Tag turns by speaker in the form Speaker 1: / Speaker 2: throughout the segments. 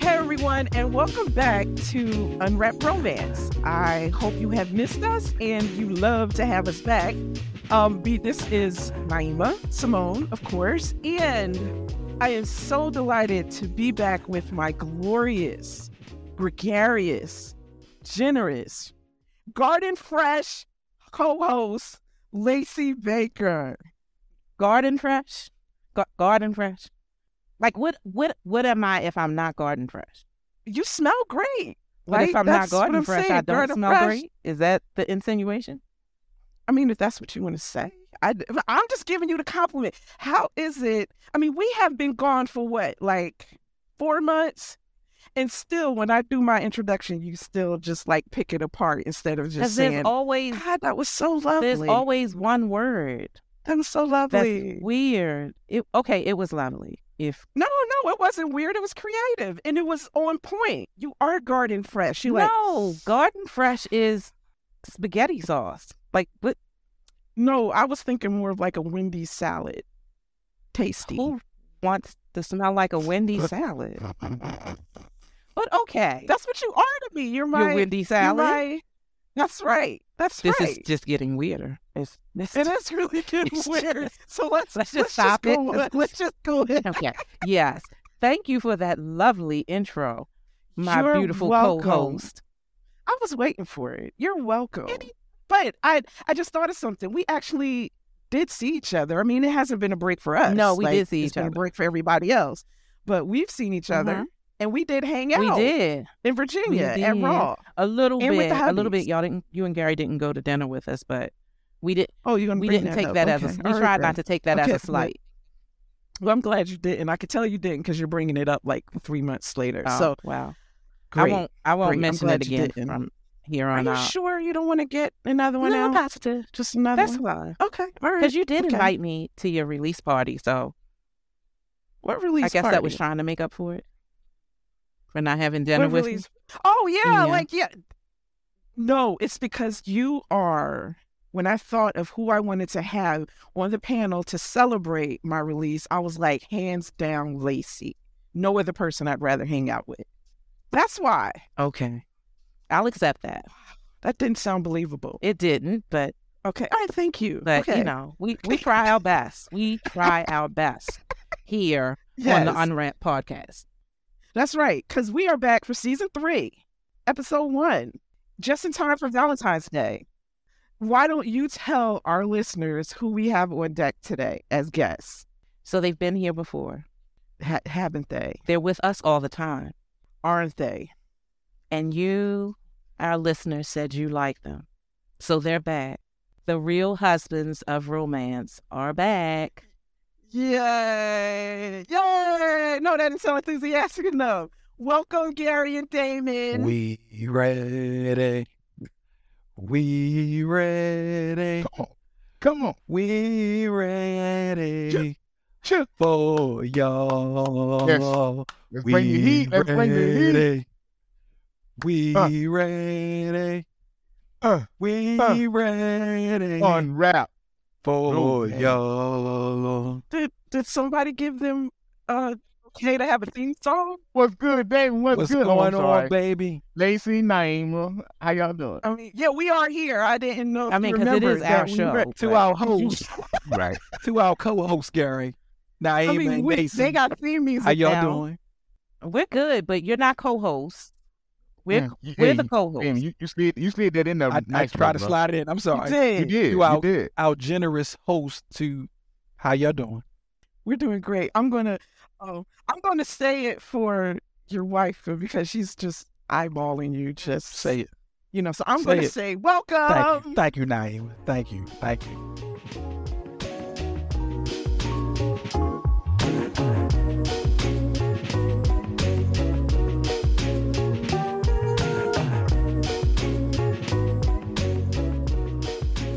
Speaker 1: everyone, and welcome back to Unwrap Romance. I hope you have missed us and you love to have us back. Um, be, this is Naima, Simone, of course, and I am so delighted to be back with my glorious, gregarious, generous, garden fresh co host, Lacey Baker.
Speaker 2: garden fresh Gar- garden fresh like what what what am i if i'm not garden fresh
Speaker 1: You smell great.
Speaker 2: but if
Speaker 1: Like,
Speaker 2: i'm not
Speaker 1: that's what
Speaker 2: garden
Speaker 1: I'm
Speaker 2: fresh i
Speaker 1: saying,
Speaker 2: don't
Speaker 1: garden
Speaker 2: smell
Speaker 1: fresh.
Speaker 2: great is that the insinuation
Speaker 1: I mean, if that's what you want to say, I, am just giving you the compliment. How is it? I mean, we have been gone for what, like four months? And still, when I do my introduction, you still just like pick it apart instead of just
Speaker 2: because there's
Speaker 1: saying,
Speaker 2: always
Speaker 1: God, that was so lovely.
Speaker 2: there's always one word
Speaker 1: that was so
Speaker 2: that's
Speaker 1: lovely.
Speaker 2: weird it, okay it was lovely if
Speaker 1: No, no, it wasn't weird. It was creative and it was on point. You are garden fresh. You like,
Speaker 2: no garden fresh is spaghetti sauce like what
Speaker 1: no, I was thinking more of like a Wendy's salad. Tasty.
Speaker 2: who wants to smell like a windy salad but okay
Speaker 1: That's what you are to me. You're my
Speaker 2: your windy
Speaker 1: You're
Speaker 2: salad
Speaker 1: right. That's right. That's
Speaker 2: this
Speaker 1: right.
Speaker 2: is just getting weirder it's, this
Speaker 1: it is really getting
Speaker 2: it's
Speaker 1: weird.
Speaker 2: just-
Speaker 1: So let's
Speaker 2: let's just
Speaker 1: let's
Speaker 2: stop it.
Speaker 1: go on.
Speaker 2: Let's-
Speaker 1: Let's just go ahead.
Speaker 2: okay. Yes. Thank you for that lovely intro, my
Speaker 1: You're
Speaker 2: beautiful
Speaker 1: welcome.
Speaker 2: co-host.
Speaker 1: I was waiting for it. You're welcome.
Speaker 2: Any-
Speaker 1: But I I just thought of something. We actually did see each other. I mean, it hasn't been a break for us.
Speaker 2: No, we
Speaker 1: Like,
Speaker 2: did see
Speaker 1: it's
Speaker 2: each
Speaker 1: been a
Speaker 2: other.
Speaker 1: break for everybody else. But we've seen each other,
Speaker 2: Uh-huh.
Speaker 1: and we did hang out.
Speaker 2: We did
Speaker 1: in Virginia
Speaker 2: We
Speaker 1: at
Speaker 2: did.
Speaker 1: Raw.
Speaker 2: a little
Speaker 1: And with
Speaker 2: bit,
Speaker 1: the
Speaker 2: a little bit.
Speaker 1: hubbies.
Speaker 2: Y'all didn't. You and Gary didn't go to dinner with us, but we did.
Speaker 1: Oh, you're gonna
Speaker 2: We
Speaker 1: bring
Speaker 2: didn't
Speaker 1: that
Speaker 2: take
Speaker 1: up.
Speaker 2: that
Speaker 1: okay.
Speaker 2: as. A,
Speaker 1: All
Speaker 2: we
Speaker 1: right,
Speaker 2: tried
Speaker 1: girl.
Speaker 2: not to take that
Speaker 1: Okay,
Speaker 2: as a
Speaker 1: but-
Speaker 2: slight.
Speaker 1: Well, I'm glad you didn't. I could tell you didn't because you're bringing it up like three months later.
Speaker 2: Oh,
Speaker 1: so
Speaker 2: wow.
Speaker 1: great.
Speaker 2: I won't. I won't
Speaker 1: great. I'm
Speaker 2: mention
Speaker 1: glad
Speaker 2: it
Speaker 1: you
Speaker 2: again
Speaker 1: didn't.
Speaker 2: from here
Speaker 1: Are
Speaker 2: on
Speaker 1: you
Speaker 2: out.
Speaker 1: sure you don't want to get another one
Speaker 2: No,
Speaker 1: out?
Speaker 2: positive.
Speaker 1: Just another
Speaker 2: That's
Speaker 1: one.
Speaker 2: why.
Speaker 1: Okay, all right.
Speaker 2: Because you did
Speaker 1: Okay.
Speaker 2: invite me to your release party, so
Speaker 1: What release?
Speaker 2: I guess that was
Speaker 1: party?
Speaker 2: trying to make up for it for not having dinner
Speaker 1: What
Speaker 2: with me.
Speaker 1: release- Oh yeah,
Speaker 2: Yeah.
Speaker 1: like yeah. No, it's because you are. When I thought of who I wanted to have on the panel to celebrate my release, I was like, hands down, Lacey. No other person I'd rather hang out with. That's why
Speaker 2: Okay, I'll accept that.
Speaker 1: that didn't sound believable.
Speaker 2: It didn't, but
Speaker 1: Okay, all right, thank you.
Speaker 2: But
Speaker 1: okay.
Speaker 2: you know, we we try our best. We try our best here on
Speaker 1: Yes.
Speaker 2: the Unrant podcast.
Speaker 1: That's right, because we are back for season three, episode one, just in time for Valentine's Day. Why don't you tell our listeners who we have on deck today as guests?
Speaker 2: So they've been here before.
Speaker 1: Ha- haven't they?
Speaker 2: They're with us all the time.
Speaker 1: Aren't they?
Speaker 2: And you, our listeners, said you like them. So they're back. The real husbands of romance are back.
Speaker 1: Yay! Yay! No, that didn't sound enthusiastic enough. Welcome, Gary and Damon.
Speaker 3: We ready. We ready.
Speaker 4: Come on.
Speaker 3: We ready for y'all.
Speaker 4: Let's
Speaker 3: We
Speaker 4: bring the heat. Let's bring the heat.
Speaker 3: ready. We ready.
Speaker 4: Uh, uh,
Speaker 3: We ready
Speaker 4: unwrap.
Speaker 3: for
Speaker 4: man.
Speaker 3: y'all.
Speaker 1: Did did somebody give them uh okay to have a theme song?
Speaker 4: What's good, baby? What's,
Speaker 3: What's
Speaker 4: good? Oh, I'm
Speaker 3: going on,
Speaker 4: sorry.
Speaker 3: baby?
Speaker 4: Lacey Naima. How y'all doing?
Speaker 1: I mean, yeah, we are here. I didn't know. If
Speaker 2: I mean,
Speaker 1: you
Speaker 2: because it
Speaker 1: remembered
Speaker 2: is our
Speaker 1: that we
Speaker 2: show.
Speaker 1: were-
Speaker 3: To
Speaker 2: but-
Speaker 3: our host,
Speaker 4: Right.
Speaker 3: to our co-host Gary, Naima
Speaker 1: I mean,
Speaker 3: and
Speaker 1: we,
Speaker 3: Mason.
Speaker 1: they got theme music.
Speaker 3: How y'all
Speaker 1: now.
Speaker 3: doing?
Speaker 2: We're good, but you're not co-hosts. We're
Speaker 4: Mm, you-
Speaker 2: we're
Speaker 4: hey,
Speaker 2: the co-hosts.
Speaker 4: Damn, you, you slid you slid that in there.
Speaker 3: I, I
Speaker 4: nice
Speaker 3: try to
Speaker 4: bro.
Speaker 3: slide it in. I'm
Speaker 1: You
Speaker 3: sorry.
Speaker 4: You
Speaker 1: did.
Speaker 4: did.
Speaker 3: You
Speaker 4: You,
Speaker 3: out.
Speaker 4: did.
Speaker 3: our generous host to how y'all doing?
Speaker 1: We're doing great. I'm gonna, oh, I'm gonna say it for your wife because she's just eyeballing you. Just
Speaker 3: Say it.
Speaker 1: you know. So I'm
Speaker 3: say
Speaker 1: gonna
Speaker 3: it.
Speaker 1: say
Speaker 3: Thank
Speaker 1: welcome.
Speaker 2: Um,
Speaker 3: you. Thank you, Naeem. Thank you. Thank you.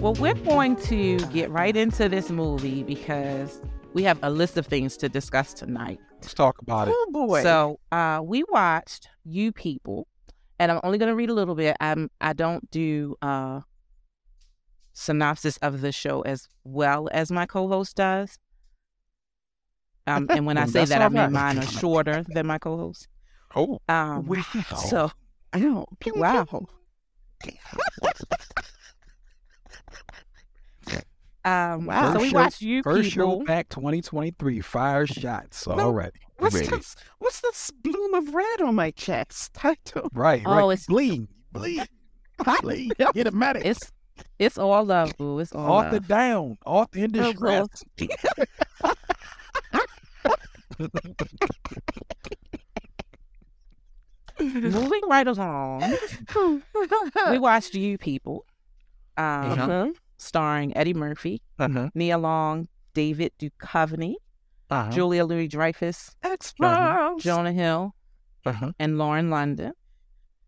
Speaker 2: Well, we're going to get right into this movie because we have a list of things to discuss tonight.
Speaker 3: Let's talk about it.
Speaker 1: Oh boy.
Speaker 2: So uh, we watched You People, and I'm only going to read a little bit. I'm I don't do uh, synopsis of the show as well as my co-host does. Um, and when I say
Speaker 3: That's
Speaker 2: that, I
Speaker 3: all
Speaker 2: mean
Speaker 3: right.
Speaker 2: mine are shorter than my co-host.
Speaker 3: Oh,
Speaker 2: Um,
Speaker 1: Wow.
Speaker 2: So,
Speaker 1: I know. Wow.
Speaker 2: um,
Speaker 1: Wow.
Speaker 2: so we
Speaker 3: oh, First show-
Speaker 2: watched you
Speaker 3: first show
Speaker 2: people.
Speaker 3: back 2023. Fire shots.
Speaker 1: No.
Speaker 3: All right.
Speaker 1: What's
Speaker 3: Ready.
Speaker 1: this? What's this bloom of red on my chest? I don't.
Speaker 3: Right.
Speaker 2: Oh,
Speaker 3: right.
Speaker 2: it's-
Speaker 3: bleed. Bleed. Bleed. Get a medic.
Speaker 2: It's it's all love, boo. It's all
Speaker 3: Author
Speaker 2: love.
Speaker 3: down. Author in
Speaker 2: Oh,
Speaker 3: distress.
Speaker 2: Moving right along, we watched you people, um,
Speaker 1: Uh-huh.
Speaker 2: starring Eddie Murphy,
Speaker 3: Uh-huh.
Speaker 2: Nia Long, David Duchovny,
Speaker 3: Uh-huh.
Speaker 2: Julia Louis Dreyfus,
Speaker 1: X-Files.
Speaker 2: Jonah Hill,
Speaker 3: uh-huh.
Speaker 2: and Lauren London.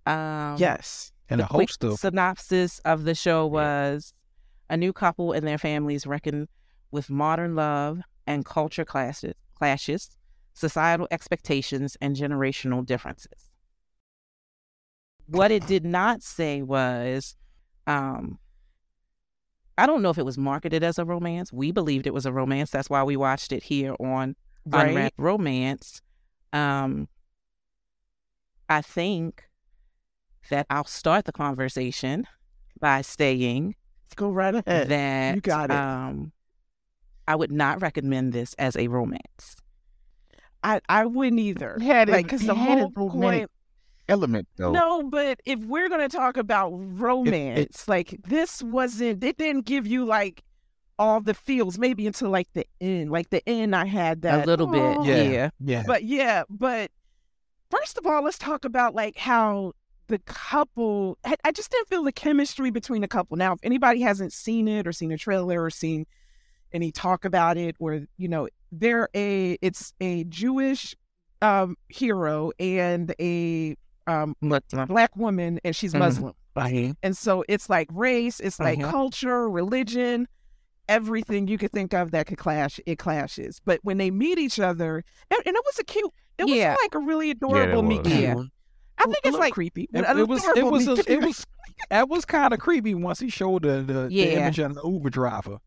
Speaker 2: Um,
Speaker 1: Yes.
Speaker 3: And a
Speaker 2: quick
Speaker 3: host of
Speaker 2: synopsis of the show was a new couple and their families reckon with modern love and culture clashes, clashes societal expectations, and generational differences. What it did not say was, um, I don't know if it was marketed as a romance. We believed it was a romance. That's why we watched it here on
Speaker 1: Right.
Speaker 2: Unwrapped Romance. Um, I think that I'll start the conversation by saying
Speaker 1: Let's go right ahead.
Speaker 2: that
Speaker 1: you got it.
Speaker 2: Um, I would not recommend this as a romance.
Speaker 1: I, I wouldn't either.
Speaker 4: Had it-
Speaker 1: Like, because the
Speaker 4: had it
Speaker 1: whole
Speaker 4: romantic
Speaker 1: point.
Speaker 4: element though.
Speaker 1: No, but if we're gonna talk about romance, like this wasn't. It didn't give you like all the feels. Maybe until like the end. Like the end, I had that
Speaker 2: a little
Speaker 1: "Aw."
Speaker 2: bit,
Speaker 3: Yeah.
Speaker 2: Oh, yeah.
Speaker 3: yeah.
Speaker 1: But yeah, but first of all, let's talk about like how the couple. I, I just didn't feel the chemistry between the couple. Now, if anybody hasn't seen it or seen a trailer or seen any talk about it, or you know, they're a it's a Jewish um hero and a um black woman, and she's
Speaker 2: Mhm.
Speaker 1: Muslim.
Speaker 3: Uh-huh.
Speaker 1: And so it's like race, it's like
Speaker 3: Uh-huh.
Speaker 1: culture, religion, everything you could think of that could clash, it clashes. But when they meet each other, and, and it was a cute, it
Speaker 2: Yeah.
Speaker 1: was like a really adorable meet
Speaker 4: was.
Speaker 1: cute.
Speaker 2: Yeah.
Speaker 1: I think
Speaker 3: A
Speaker 1: it's
Speaker 3: little
Speaker 1: like creepy.
Speaker 3: It, it was it was a, it was that was kind of creepy once he showed the, the, the
Speaker 2: Yeah.
Speaker 3: image of the Uber driver.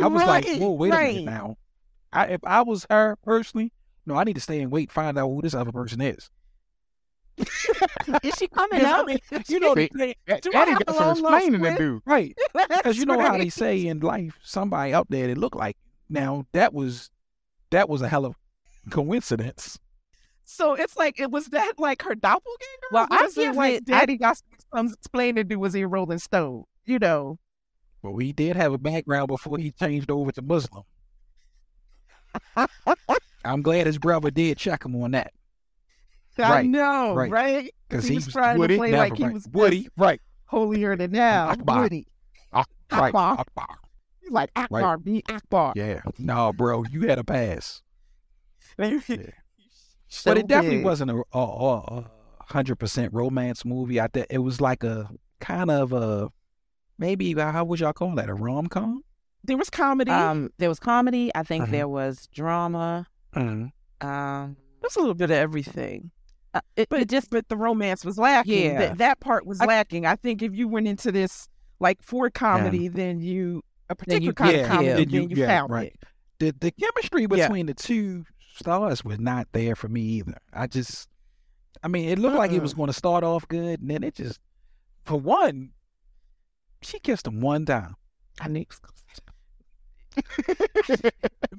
Speaker 3: I was like,
Speaker 1: Right,
Speaker 3: whoa, wait a
Speaker 1: right.
Speaker 3: minute now. I, if I was her personally, no, I need to stay and wait, find out who this other person is.
Speaker 1: Is she coming
Speaker 3: Yes, I
Speaker 1: out?
Speaker 3: mean, you know,
Speaker 4: See,
Speaker 3: they-
Speaker 4: Ed-
Speaker 1: Do I
Speaker 4: Eddie
Speaker 1: have
Speaker 4: got
Speaker 1: a
Speaker 4: some
Speaker 1: long lost
Speaker 4: explaining to
Speaker 1: friend?
Speaker 4: do.
Speaker 3: right? Because you know how they
Speaker 1: Right.
Speaker 3: say in life, somebody out there that look like. Now that was that was a hell of coincidence.
Speaker 1: So it's like it was that like her doppelganger.
Speaker 2: Well, I
Speaker 1: was it
Speaker 2: give
Speaker 1: like
Speaker 2: it- I-
Speaker 1: Daddy got some explaining to do. Was he a Rolling Stone? You know,
Speaker 3: But we did have a background before he changed over to Muslim. I'm glad his brother did check him on that
Speaker 1: I
Speaker 3: Right,
Speaker 1: know,
Speaker 3: right.
Speaker 1: right?
Speaker 3: because
Speaker 1: He
Speaker 3: he
Speaker 1: was
Speaker 3: was
Speaker 1: trying to
Speaker 3: Woody,
Speaker 1: play
Speaker 3: never
Speaker 1: like he
Speaker 3: right.
Speaker 1: was this-
Speaker 3: Woody, right?
Speaker 1: Holier than now,
Speaker 3: Akbar.
Speaker 1: Woody.
Speaker 3: Ah, right,
Speaker 1: Akbar.
Speaker 3: Akbar.
Speaker 1: He's like Akbar, be Akbar.
Speaker 3: uh, Yeah. No, bro, you had a pass.
Speaker 1: So
Speaker 3: but it definitely
Speaker 1: big.
Speaker 3: wasn't a a- a- a hundred percent romance movie. I think it was like a kind of a maybe uh, how would y'all call that? A rom com?
Speaker 1: There was comedy.
Speaker 2: Um, there was comedy. I think
Speaker 3: Uh-huh.
Speaker 2: there was drama.
Speaker 1: Mm-hmm.
Speaker 2: Um,
Speaker 1: There's a little bit of everything,
Speaker 2: uh, it,
Speaker 1: but
Speaker 2: it just
Speaker 1: but the romance was lacking.
Speaker 2: Yeah.
Speaker 1: That- that part was
Speaker 2: I-
Speaker 1: lacking. I think if you went into this like for comedy, then you a particular
Speaker 2: you-
Speaker 1: kind
Speaker 3: yeah,
Speaker 1: of comedy,
Speaker 2: yeah.
Speaker 1: then
Speaker 3: Then
Speaker 1: you,
Speaker 3: you- yeah,
Speaker 1: found
Speaker 3: right.
Speaker 1: it.
Speaker 3: The the chemistry
Speaker 1: Yeah.
Speaker 3: between the two stars was not there for me either. I just I mean it looked like
Speaker 1: Uh-uh.
Speaker 3: it was gonna start off good and then it just for one, she kissed him one time.
Speaker 2: I knew.
Speaker 3: She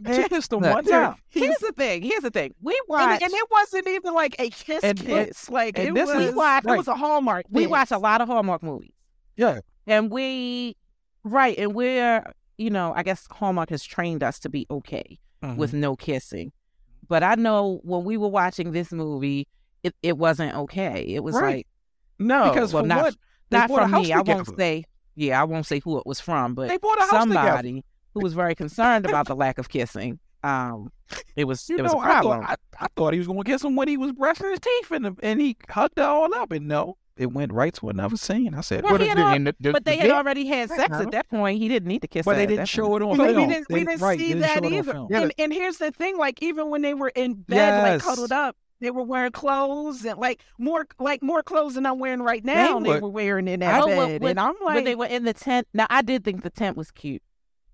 Speaker 1: Eh,
Speaker 3: kissed him
Speaker 2: Look,
Speaker 3: one time.
Speaker 2: Here's the thing. Here's the thing. We
Speaker 1: And,
Speaker 2: watch.
Speaker 1: and it wasn't even like a kiss
Speaker 3: And-
Speaker 1: kiss. like
Speaker 3: and
Speaker 1: it
Speaker 3: this
Speaker 1: was,
Speaker 3: is-
Speaker 1: we watched-
Speaker 3: right.
Speaker 1: it was a hallmark.
Speaker 2: we
Speaker 1: kiss.
Speaker 2: watch a lot of Hallmark movies.
Speaker 3: Yeah.
Speaker 2: and we right and we're you know i guess hallmark has trained us to be okay
Speaker 3: Mm-hmm.
Speaker 1: Mm-hmm.
Speaker 2: with no kissing but i know when we were watching this movie it, it wasn't okay it was
Speaker 1: Right.
Speaker 2: like
Speaker 1: No,
Speaker 3: because
Speaker 2: well,
Speaker 3: for
Speaker 2: not-
Speaker 3: one, they
Speaker 2: not
Speaker 3: bought a
Speaker 2: from
Speaker 3: house
Speaker 2: me i won't
Speaker 3: together.
Speaker 2: say yeah i won't say who it was from but
Speaker 3: they bought a house together.
Speaker 2: somebody who was very concerned about the lack of kissing um it was
Speaker 3: You
Speaker 2: it was
Speaker 3: know,
Speaker 2: a
Speaker 3: I
Speaker 2: problem
Speaker 3: thought, I, I thought he was going to kiss him when he was brushing his teeth, and, and he hugged her all up. And no, it went right to another scene. I said,
Speaker 2: Well,
Speaker 4: What
Speaker 2: he
Speaker 4: is
Speaker 2: had
Speaker 4: the-
Speaker 2: al-
Speaker 4: and the- the-
Speaker 2: but they
Speaker 4: the
Speaker 2: had
Speaker 4: dick?
Speaker 2: already had sex at that point he didn't need to kiss
Speaker 3: but
Speaker 2: her
Speaker 3: they
Speaker 2: at
Speaker 3: didn't
Speaker 2: that
Speaker 3: show
Speaker 2: point.
Speaker 3: it on
Speaker 1: But we
Speaker 3: film.
Speaker 1: didn't- we
Speaker 3: Oh, They-
Speaker 1: didn't
Speaker 3: right,
Speaker 1: see
Speaker 3: they didn't
Speaker 1: that
Speaker 3: show it on
Speaker 1: either.
Speaker 3: film.
Speaker 1: and, and here's the thing: like even when they were in bed, like
Speaker 3: Yes.
Speaker 1: cuddled up, they were wearing clothes and like more like more clothes than I'm wearing right now. They,
Speaker 3: were-
Speaker 1: were wearing in
Speaker 2: I
Speaker 1: that
Speaker 2: don't- what-
Speaker 1: bed,
Speaker 2: what-
Speaker 1: and I'm
Speaker 2: when
Speaker 1: like,
Speaker 2: they were in the tent now i did think the tent was cute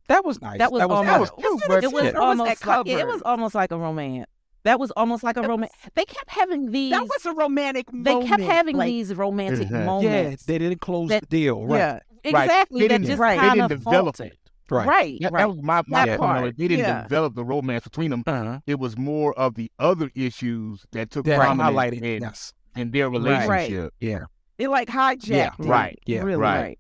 Speaker 3: That was nice.
Speaker 2: That was
Speaker 3: that was,
Speaker 2: almost-
Speaker 3: that was
Speaker 1: Isn't
Speaker 3: cute, but
Speaker 2: it was
Speaker 1: Yeah. Or
Speaker 2: almost
Speaker 1: was that
Speaker 2: like, it
Speaker 1: covered?
Speaker 2: was almost like a romance. That was almost like a romance. They kept having these.
Speaker 1: That was a romantic
Speaker 2: they
Speaker 1: moment.
Speaker 2: kept having
Speaker 1: like,
Speaker 2: these romantic
Speaker 4: Yeah.
Speaker 3: Yeah,
Speaker 2: moments.
Speaker 3: they didn't close
Speaker 2: That-
Speaker 3: the deal, right?
Speaker 1: Yeah.
Speaker 4: Right.
Speaker 2: exactly.
Speaker 4: They
Speaker 2: That
Speaker 4: didn't-
Speaker 2: just
Speaker 1: right.
Speaker 4: They
Speaker 2: kind
Speaker 4: didn't
Speaker 2: of
Speaker 4: develop
Speaker 2: faltered.
Speaker 4: it.
Speaker 3: Right.
Speaker 2: Right.
Speaker 4: Yeah, That
Speaker 2: right.
Speaker 4: was my, my
Speaker 1: That
Speaker 4: point. on
Speaker 1: part,
Speaker 4: it. They didn't
Speaker 1: yeah.
Speaker 4: develop the romance between them.
Speaker 3: Uh-huh.
Speaker 4: It was more of the other issues that took
Speaker 3: That
Speaker 4: prominence
Speaker 3: highlighted.
Speaker 4: in,
Speaker 3: Yes.
Speaker 4: in their
Speaker 3: Right.
Speaker 1: Right.
Speaker 4: relationship.
Speaker 3: Yeah.
Speaker 1: It like hijacked.
Speaker 3: Yeah,
Speaker 1: it,
Speaker 4: right,
Speaker 3: yeah,
Speaker 1: really.
Speaker 4: right.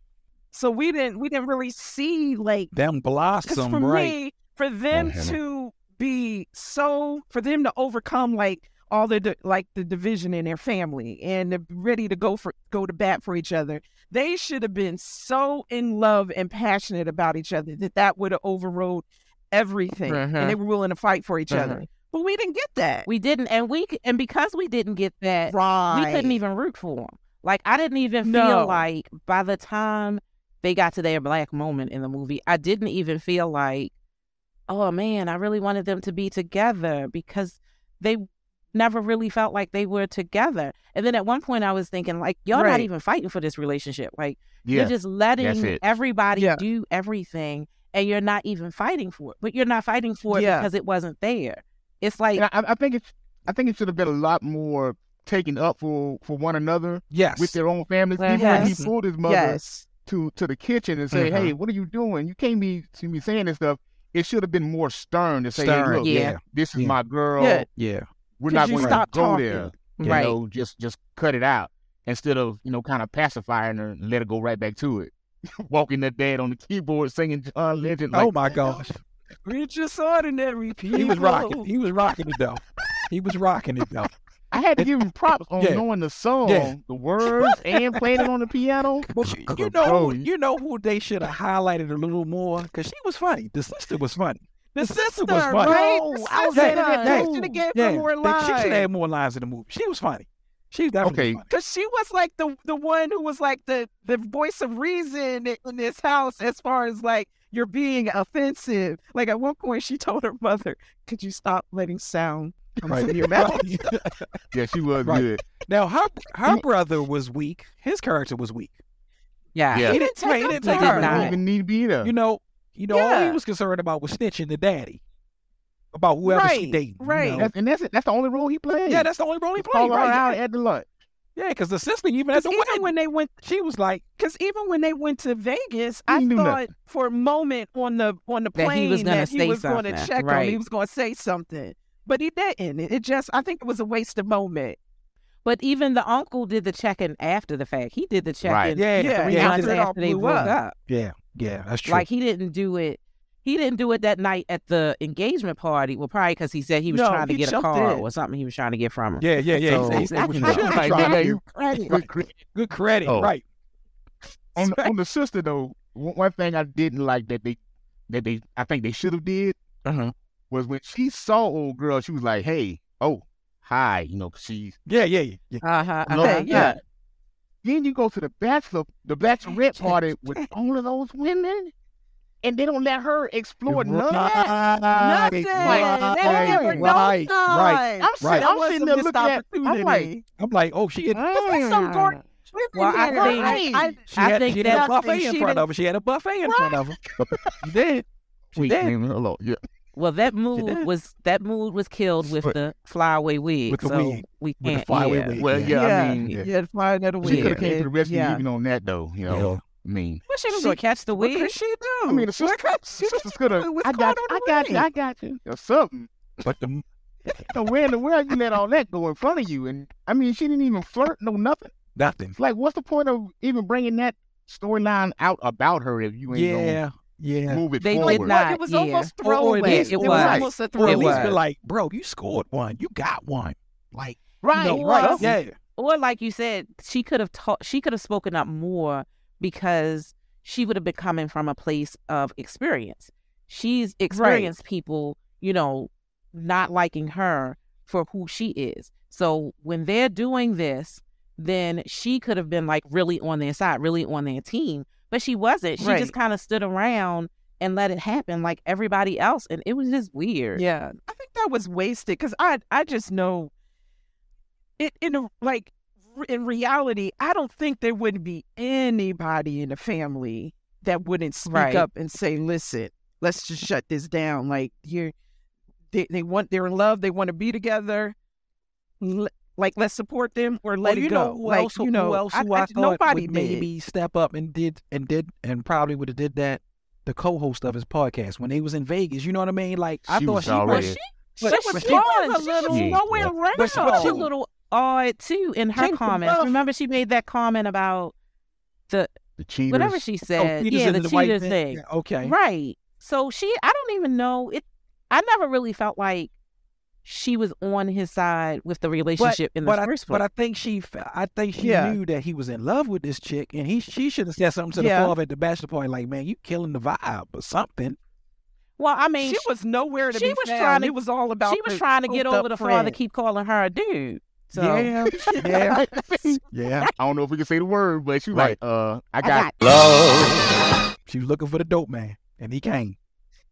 Speaker 1: So we didn't we didn't really see like
Speaker 3: Them
Speaker 1: because
Speaker 3: blossom,
Speaker 1: for
Speaker 3: right?
Speaker 1: me for them
Speaker 4: Hannah.
Speaker 1: to be so for them to overcome like all the di- like the division in their family and they're ready to go for go to bat for each other they should have been so in love and passionate about each other that that would have overrode everything
Speaker 2: Mhm.
Speaker 1: and they were willing to fight for each
Speaker 2: Uh-huh.
Speaker 1: other but we didn't get that
Speaker 2: We didn't, and we c- and because we didn't get that,
Speaker 1: right.
Speaker 2: we couldn't even root for them. Like I didn't even
Speaker 1: No.
Speaker 2: feel like by the time they got to their black moment in the movie, I didn't even feel like, oh man, I really wanted them to be together because they never really felt like they were together. And then at one point, I was thinking like, y'all all not
Speaker 1: Right.
Speaker 2: even fighting for this relationship. Like
Speaker 4: Yeah.
Speaker 2: you're just letting
Speaker 4: it.
Speaker 2: everybody
Speaker 1: Yeah.
Speaker 2: do everything, and you're not even fighting for it. But you're not fighting for it
Speaker 1: Yeah.
Speaker 2: because it wasn't there. It's like
Speaker 4: And I, I think it's I think it should have been a lot more taken up for, for one another
Speaker 3: Yes.
Speaker 4: with their own families.
Speaker 2: Well,
Speaker 4: Even when he
Speaker 1: yes.
Speaker 4: pulled his mother
Speaker 1: yes
Speaker 4: to, to the kitchen and say,
Speaker 3: Uh-huh.
Speaker 4: "Hey, what are you doing? You can't be to be saying this stuff." It should have been more stern to say,
Speaker 3: Stern,
Speaker 4: "Hey, look,
Speaker 3: yeah.
Speaker 4: this is
Speaker 3: Yeah.
Speaker 4: my girl.
Speaker 1: Yeah.
Speaker 3: yeah.
Speaker 4: We're
Speaker 1: Could
Speaker 4: not
Speaker 1: you
Speaker 4: going to
Speaker 1: stop
Speaker 4: go
Speaker 1: talking?
Speaker 4: there. You
Speaker 2: right.
Speaker 4: know, just just cut it out instead of you know kind of pacifying her and let her go right back to it." Walking that dad on the keyboard singing John Legend. Like,
Speaker 3: oh my gosh.
Speaker 1: we're just ordinary people
Speaker 3: He was rocking. He was rocking it though. He was rocking it though.
Speaker 4: I had to give him props on
Speaker 3: Yeah.
Speaker 4: knowing the song,
Speaker 3: Yeah.
Speaker 4: the words, and playing it on the piano.
Speaker 3: Well, you, you
Speaker 4: Good
Speaker 3: know,
Speaker 4: bro,
Speaker 3: who-
Speaker 4: you-
Speaker 3: you know who they should have highlighted a little more because she was funny. The sister was funny. The sister was funny.
Speaker 1: right?
Speaker 4: No,
Speaker 1: The
Speaker 4: I was
Speaker 1: sister,
Speaker 4: at it
Speaker 1: they
Speaker 4: too.
Speaker 1: should have gave
Speaker 3: Yeah,
Speaker 1: her more
Speaker 3: they- she should have
Speaker 1: lines.
Speaker 3: had more lines in the movie. She was funny. She definitely
Speaker 4: Okay.
Speaker 3: was funny.
Speaker 1: Cause she was like the the one who was like the the voice of reason i- in this house as far as like you're being offensive. Like at one point she told her mother, "Could you stop letting sound come
Speaker 3: Right.
Speaker 1: from your mouth?"
Speaker 4: Yeah, she was
Speaker 3: Right.
Speaker 4: good.
Speaker 3: Now her her brother was weak. His character was weak.
Speaker 2: yeah.
Speaker 4: Yeah.
Speaker 1: He didn't
Speaker 3: Right,
Speaker 1: take
Speaker 3: he
Speaker 1: up
Speaker 3: didn't
Speaker 1: to
Speaker 2: take
Speaker 1: her.
Speaker 2: it
Speaker 4: I
Speaker 2: down.
Speaker 4: don't even need to be there.
Speaker 3: You know, you know, all he
Speaker 1: Yeah.
Speaker 3: was concerned about was snitching the daddy about whoever she
Speaker 1: Right,
Speaker 3: dated. you
Speaker 1: right.
Speaker 3: know.
Speaker 4: That's, and that's it. That's the only role he played.
Speaker 3: yeah, that's the only role he
Speaker 4: Just
Speaker 3: played.
Speaker 4: call her
Speaker 3: Right?
Speaker 4: out at the lunch.
Speaker 3: Yeah, because the sister even at
Speaker 1: 'Cause
Speaker 3: the
Speaker 1: even
Speaker 3: wedding,
Speaker 1: when they went,
Speaker 3: she was like,
Speaker 1: because even when they went to Vegas, I
Speaker 4: didn't do
Speaker 1: thought
Speaker 4: nothing.
Speaker 1: for a moment on the on the
Speaker 2: That
Speaker 1: plane
Speaker 2: he was gonna
Speaker 1: that he
Speaker 2: say
Speaker 1: was going to
Speaker 2: something,
Speaker 1: check on, he
Speaker 2: right.
Speaker 1: was going to say something, but he didn't. It, it just, I think it was a wasted moment.
Speaker 2: But even the uncle did the check-in after the fact. He did the check-in
Speaker 4: Right.
Speaker 3: yeah,
Speaker 1: Yeah,
Speaker 2: three
Speaker 1: yeah,
Speaker 2: months
Speaker 1: after it all
Speaker 2: after they
Speaker 1: blew
Speaker 2: broke
Speaker 1: up.
Speaker 2: up.
Speaker 3: yeah, yeah, that's true.
Speaker 2: Like he didn't do it. He didn't do it that night at the engagement party. Well, probably because he said he was
Speaker 1: No,
Speaker 2: trying to
Speaker 1: he
Speaker 2: get a
Speaker 1: jumped
Speaker 2: car
Speaker 1: in.
Speaker 2: or something. He was trying to get from her.
Speaker 3: yeah, yeah, yeah.
Speaker 4: So-
Speaker 3: he said, he said, what you
Speaker 4: Right.
Speaker 3: doing?
Speaker 4: Right.
Speaker 3: Trying to
Speaker 4: Right.
Speaker 3: give credit.
Speaker 4: Good cri-
Speaker 3: Good credit,
Speaker 4: Oh.
Speaker 3: right?
Speaker 4: On, the- on the sister though, one one thing I didn't like that they that they I think they should have did
Speaker 3: Uh-huh.
Speaker 4: was when she saw old girl, she was like, "Hey, oh, hi," you know, 'cause she's
Speaker 3: Yeah, yeah, yeah, yeah.
Speaker 2: Uh huh.
Speaker 4: No,
Speaker 2: uh-huh.
Speaker 4: yeah. Then you go to the bachelor, the bachelorette party with all of those women, and they don't let her explore none of that.
Speaker 3: Right,
Speaker 1: Nothing.
Speaker 3: right,
Speaker 1: They don't give her no
Speaker 3: right, right.
Speaker 1: time.
Speaker 4: I'm, sit-
Speaker 3: Right.
Speaker 4: I'm sitting there looking at. I'm like,
Speaker 3: I'm like, oh, she had,
Speaker 1: This is some
Speaker 4: "Mm."
Speaker 1: Gordon
Speaker 2: Well, I think-
Speaker 1: I,
Speaker 3: she
Speaker 2: I
Speaker 3: had,
Speaker 2: think
Speaker 3: she had a
Speaker 2: that's-
Speaker 3: buffet in
Speaker 2: she
Speaker 3: front
Speaker 2: did-
Speaker 3: of her. She had a buffet in front of her. She did.
Speaker 4: Wait,
Speaker 3: That-
Speaker 4: man, hello, yeah.
Speaker 2: Well, that mood was that mood was killed with
Speaker 4: But-
Speaker 2: the flyaway wig.
Speaker 3: With the
Speaker 2: so
Speaker 3: wig.
Speaker 2: we
Speaker 3: With the
Speaker 2: can't.
Speaker 3: flyaway
Speaker 2: yeah.
Speaker 3: wig.
Speaker 4: Well,
Speaker 3: Yeah.
Speaker 4: yeah,
Speaker 1: Yeah.
Speaker 4: I mean,
Speaker 1: you had to find another way.
Speaker 4: she could have came
Speaker 1: it-
Speaker 4: to the rescue
Speaker 1: yeah.
Speaker 4: even on that though. You know, I mean,
Speaker 1: Well, she
Speaker 2: She was
Speaker 1: was
Speaker 2: gonna
Speaker 1: like,
Speaker 2: catch the
Speaker 1: what
Speaker 2: wig.
Speaker 1: could she do?
Speaker 4: I mean, the sister,
Speaker 1: Oh, What could she
Speaker 4: sister's
Speaker 1: do?
Speaker 4: could have.
Speaker 1: It was
Speaker 4: I
Speaker 1: called
Speaker 4: got,
Speaker 1: on
Speaker 4: you, I
Speaker 1: the
Speaker 4: got you,
Speaker 1: ring.
Speaker 4: I got you, or something.
Speaker 3: But the
Speaker 4: So where in the world you let all that go in front of you? And I mean, she didn't even flirt, no nothing.
Speaker 3: nothing.
Speaker 4: It's like, what's the point of even bringing that storyline out about her if you ain't
Speaker 3: Yeah,
Speaker 4: gonna
Speaker 3: yeah.
Speaker 4: move it
Speaker 2: They
Speaker 4: forward?
Speaker 2: did not.
Speaker 1: It was
Speaker 2: yeah.
Speaker 1: almost
Speaker 3: Or- or
Speaker 1: throwaway.
Speaker 3: at least-
Speaker 2: It
Speaker 1: was
Speaker 2: was.
Speaker 1: almost a
Speaker 3: Or
Speaker 1: throwaway.
Speaker 3: at least be
Speaker 2: was.
Speaker 3: like, bro, you scored one. You got one. Like,
Speaker 4: Right,
Speaker 3: no,
Speaker 1: Oh,
Speaker 2: right.
Speaker 3: right. Yeah.
Speaker 2: or like you said, she could have taught. She could have spoken up more because she would have been coming from a place of experience. She's experienced people, you know, not liking her for who she is. So when they're doing this, then she could have been like really on their side, really on their team, but she wasn't. She
Speaker 1: Right.
Speaker 2: just kind of stood around and let it happen like everybody else, and it was just weird.
Speaker 1: Yeah, I think that was wasted because I I just know it in a, like r- in reality, I don't think there wouldn't be anybody in the family that wouldn't speak
Speaker 2: Right.
Speaker 1: up and say, "Listen, let's just shut this down." Like you're. th- They, they want they're in love. They want to be together. L- like let's support them or let
Speaker 3: well,
Speaker 1: it
Speaker 3: you
Speaker 1: go.
Speaker 3: know who
Speaker 1: like
Speaker 3: else?
Speaker 1: you know,
Speaker 3: who else?
Speaker 1: I-
Speaker 3: Who
Speaker 1: I-
Speaker 3: I, thought
Speaker 1: nobody
Speaker 3: would
Speaker 1: did.
Speaker 3: maybe step up and did and did and probably would have did that. The co-host of his podcast when they was in Vegas, you know what I mean? Like I
Speaker 5: She
Speaker 3: thought
Speaker 5: was
Speaker 3: she
Speaker 5: already.
Speaker 3: was,
Speaker 1: She
Speaker 3: but-
Speaker 1: was
Speaker 3: but
Speaker 1: throwing a
Speaker 2: she
Speaker 1: little
Speaker 5: was-
Speaker 1: nowhere around.
Speaker 3: But she-
Speaker 2: But she's a
Speaker 3: No.
Speaker 2: little odd too in her
Speaker 1: Came from
Speaker 2: comments.
Speaker 1: love.
Speaker 2: Remember, she made that comment about
Speaker 4: The cheaters.
Speaker 2: whatever she said.
Speaker 3: Peter's
Speaker 2: yeah,
Speaker 3: Oh, in
Speaker 2: the,
Speaker 3: white
Speaker 2: cheater
Speaker 3: van.
Speaker 2: thing.
Speaker 3: Yeah, okay,
Speaker 2: Right. So she, I don't even know it. I never really felt like she was on his side with the relationship in the
Speaker 3: but I,
Speaker 2: first place.
Speaker 3: but I think she, f- I think she
Speaker 1: Yeah.
Speaker 3: knew that he was in love with this chick, and he, she should have said something to the
Speaker 1: Yeah.
Speaker 3: father at the bachelor party, like, "Man, you killing the vibe or something."
Speaker 2: well, I mean,
Speaker 1: she was nowhere to
Speaker 2: she
Speaker 1: be
Speaker 2: was
Speaker 1: found.
Speaker 2: trying to-
Speaker 1: it was all about.
Speaker 2: she was
Speaker 1: the
Speaker 2: trying to get
Speaker 1: hooked up
Speaker 2: over the
Speaker 1: friend.
Speaker 2: father keep calling her a dude. So
Speaker 3: Yeah, yeah.
Speaker 4: yeah. I don't know if we can say the word, but she
Speaker 3: Right.
Speaker 4: like, uh, I got,
Speaker 5: got love.
Speaker 3: she was looking for the dope man, and he came.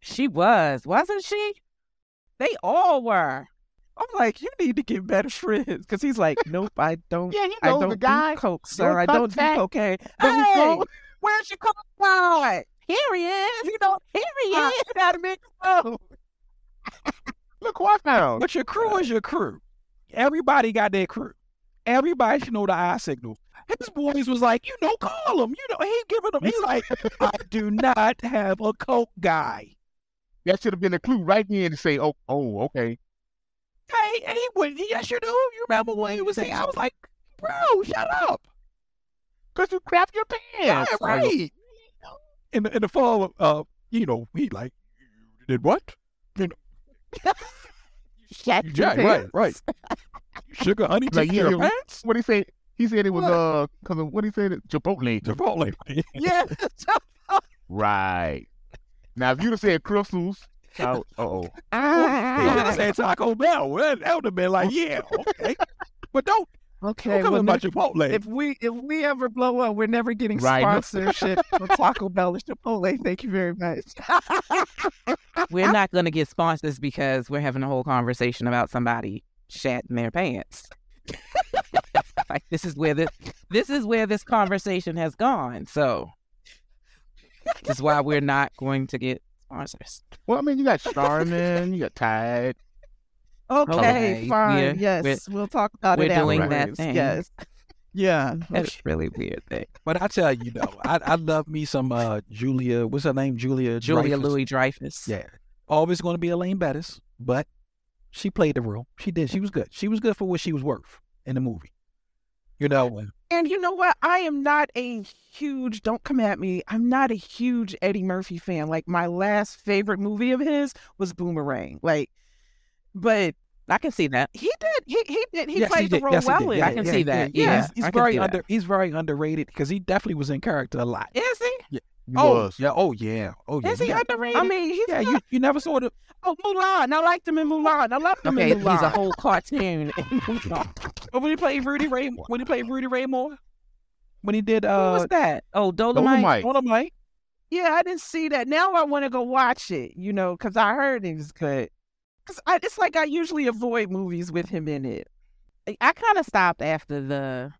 Speaker 2: she was, wasn't she? They all were.
Speaker 1: I'm like, you need to get better friends because he's like, nope, I don't.
Speaker 4: Yeah, you
Speaker 1: I
Speaker 4: know
Speaker 1: don't
Speaker 4: the guy.
Speaker 1: do coke, sir. I don't do
Speaker 4: contact.
Speaker 1: cocaine.
Speaker 4: Don't
Speaker 1: Hey,
Speaker 4: call-
Speaker 1: where's your coke wallet?
Speaker 2: Here he is.
Speaker 1: You know,
Speaker 2: Here he
Speaker 1: yeah,
Speaker 2: is.
Speaker 1: that mean, oh.
Speaker 4: Look what now.
Speaker 3: But your crew is your crew. Everybody got their crew. Everybody should know the eye signal. His boys was like, you know, call him. You know, he giving him. He's like, I do not have a coke guy.
Speaker 4: That should have been a clue right then to say, oh, oh, okay.
Speaker 3: Hey, and he would. Yes, you do. You remember when he was saying? I was like, bro, shut up.
Speaker 4: Because you crap your
Speaker 3: Yeah,
Speaker 4: pants.
Speaker 3: right. In the, in the fall, uh, you know, he like you did what? You know,
Speaker 4: Shut
Speaker 3: you jack, right, right. Sugar, honey,
Speaker 4: Like,
Speaker 3: like, your
Speaker 4: yeah.
Speaker 3: pants.
Speaker 4: What he say? He said it was, uh, because of what he said? Chipotle.
Speaker 3: Chipotle.
Speaker 1: yeah.
Speaker 4: Right. Now, if you'd have said crystals, uh oh.
Speaker 3: He would have said Taco Bell. Well, That would have been like, yeah, okay. But don't,
Speaker 1: Okay.
Speaker 3: don't come
Speaker 1: well,
Speaker 3: in my
Speaker 1: next-
Speaker 3: Chipotle.
Speaker 1: if we if we ever blow up, we're never getting
Speaker 4: Right.
Speaker 1: sponsorship for Taco Bell or Chipotle. Thank you very much.
Speaker 2: We're not going to get sponsors because we're having a whole conversation about somebody shatting their pants. like this is where this this is where this conversation has gone. So this is why we're not going to get sponsors.
Speaker 4: Well, I mean, you got Starman, you got Tide.
Speaker 1: Okay,
Speaker 2: Okay,
Speaker 1: fine.
Speaker 2: we're-
Speaker 1: yes, we'll talk about
Speaker 2: we're
Speaker 1: it.
Speaker 2: doing that
Speaker 1: afterwards.
Speaker 2: thing.
Speaker 1: Yes. Yeah.
Speaker 2: That's really weird thing.
Speaker 3: But I tell you though, I, I love me some uh Julia. What's her name? Julia.
Speaker 2: Julia
Speaker 3: Dreyfus.
Speaker 2: Louis Dreyfus.
Speaker 3: Yeah. Always going to be Elaine Bettis, but she played the role. She did. She was good. She was good for what she was worth in the movie. You know, and
Speaker 1: And you know what? I am not a huge, don't come at me. I'm not a huge Eddie Murphy fan. Like my last favorite movie of his was Boomerang. Like but
Speaker 2: I can see that.
Speaker 1: he did he he did he
Speaker 3: Yes,
Speaker 1: played the
Speaker 3: did.
Speaker 1: role
Speaker 3: Yes, he
Speaker 1: well
Speaker 3: did.
Speaker 1: in
Speaker 2: I
Speaker 1: it.
Speaker 2: can see that.
Speaker 1: Yeah,
Speaker 3: he's, he's
Speaker 2: I can
Speaker 3: very
Speaker 2: see that.
Speaker 3: under. He's very underrated because he definitely was in character a lot.
Speaker 1: Is he?
Speaker 4: You
Speaker 3: oh
Speaker 4: was.
Speaker 3: yeah. Oh yeah. Oh yeah.
Speaker 1: Is he
Speaker 3: yeah.
Speaker 1: underrated? I mean he's
Speaker 3: yeah, you, you never saw the
Speaker 1: oh Mulan. I liked him in Mulan. I loved him
Speaker 2: Okay,
Speaker 1: in
Speaker 2: he's
Speaker 1: Mulan.
Speaker 2: a whole cartoon.
Speaker 3: oh, when he played Rudy Ray when he played Rudy Ray Moore when he did uh
Speaker 2: what was that? Oh, Dolomite.
Speaker 4: Dolomite.
Speaker 3: Dolomite.
Speaker 1: yeah, I didn't see that. Now I want to go watch it, you know, because I heard it was good. Cause I, it's like I usually avoid movies with him in it.
Speaker 2: I- I kind of stopped after the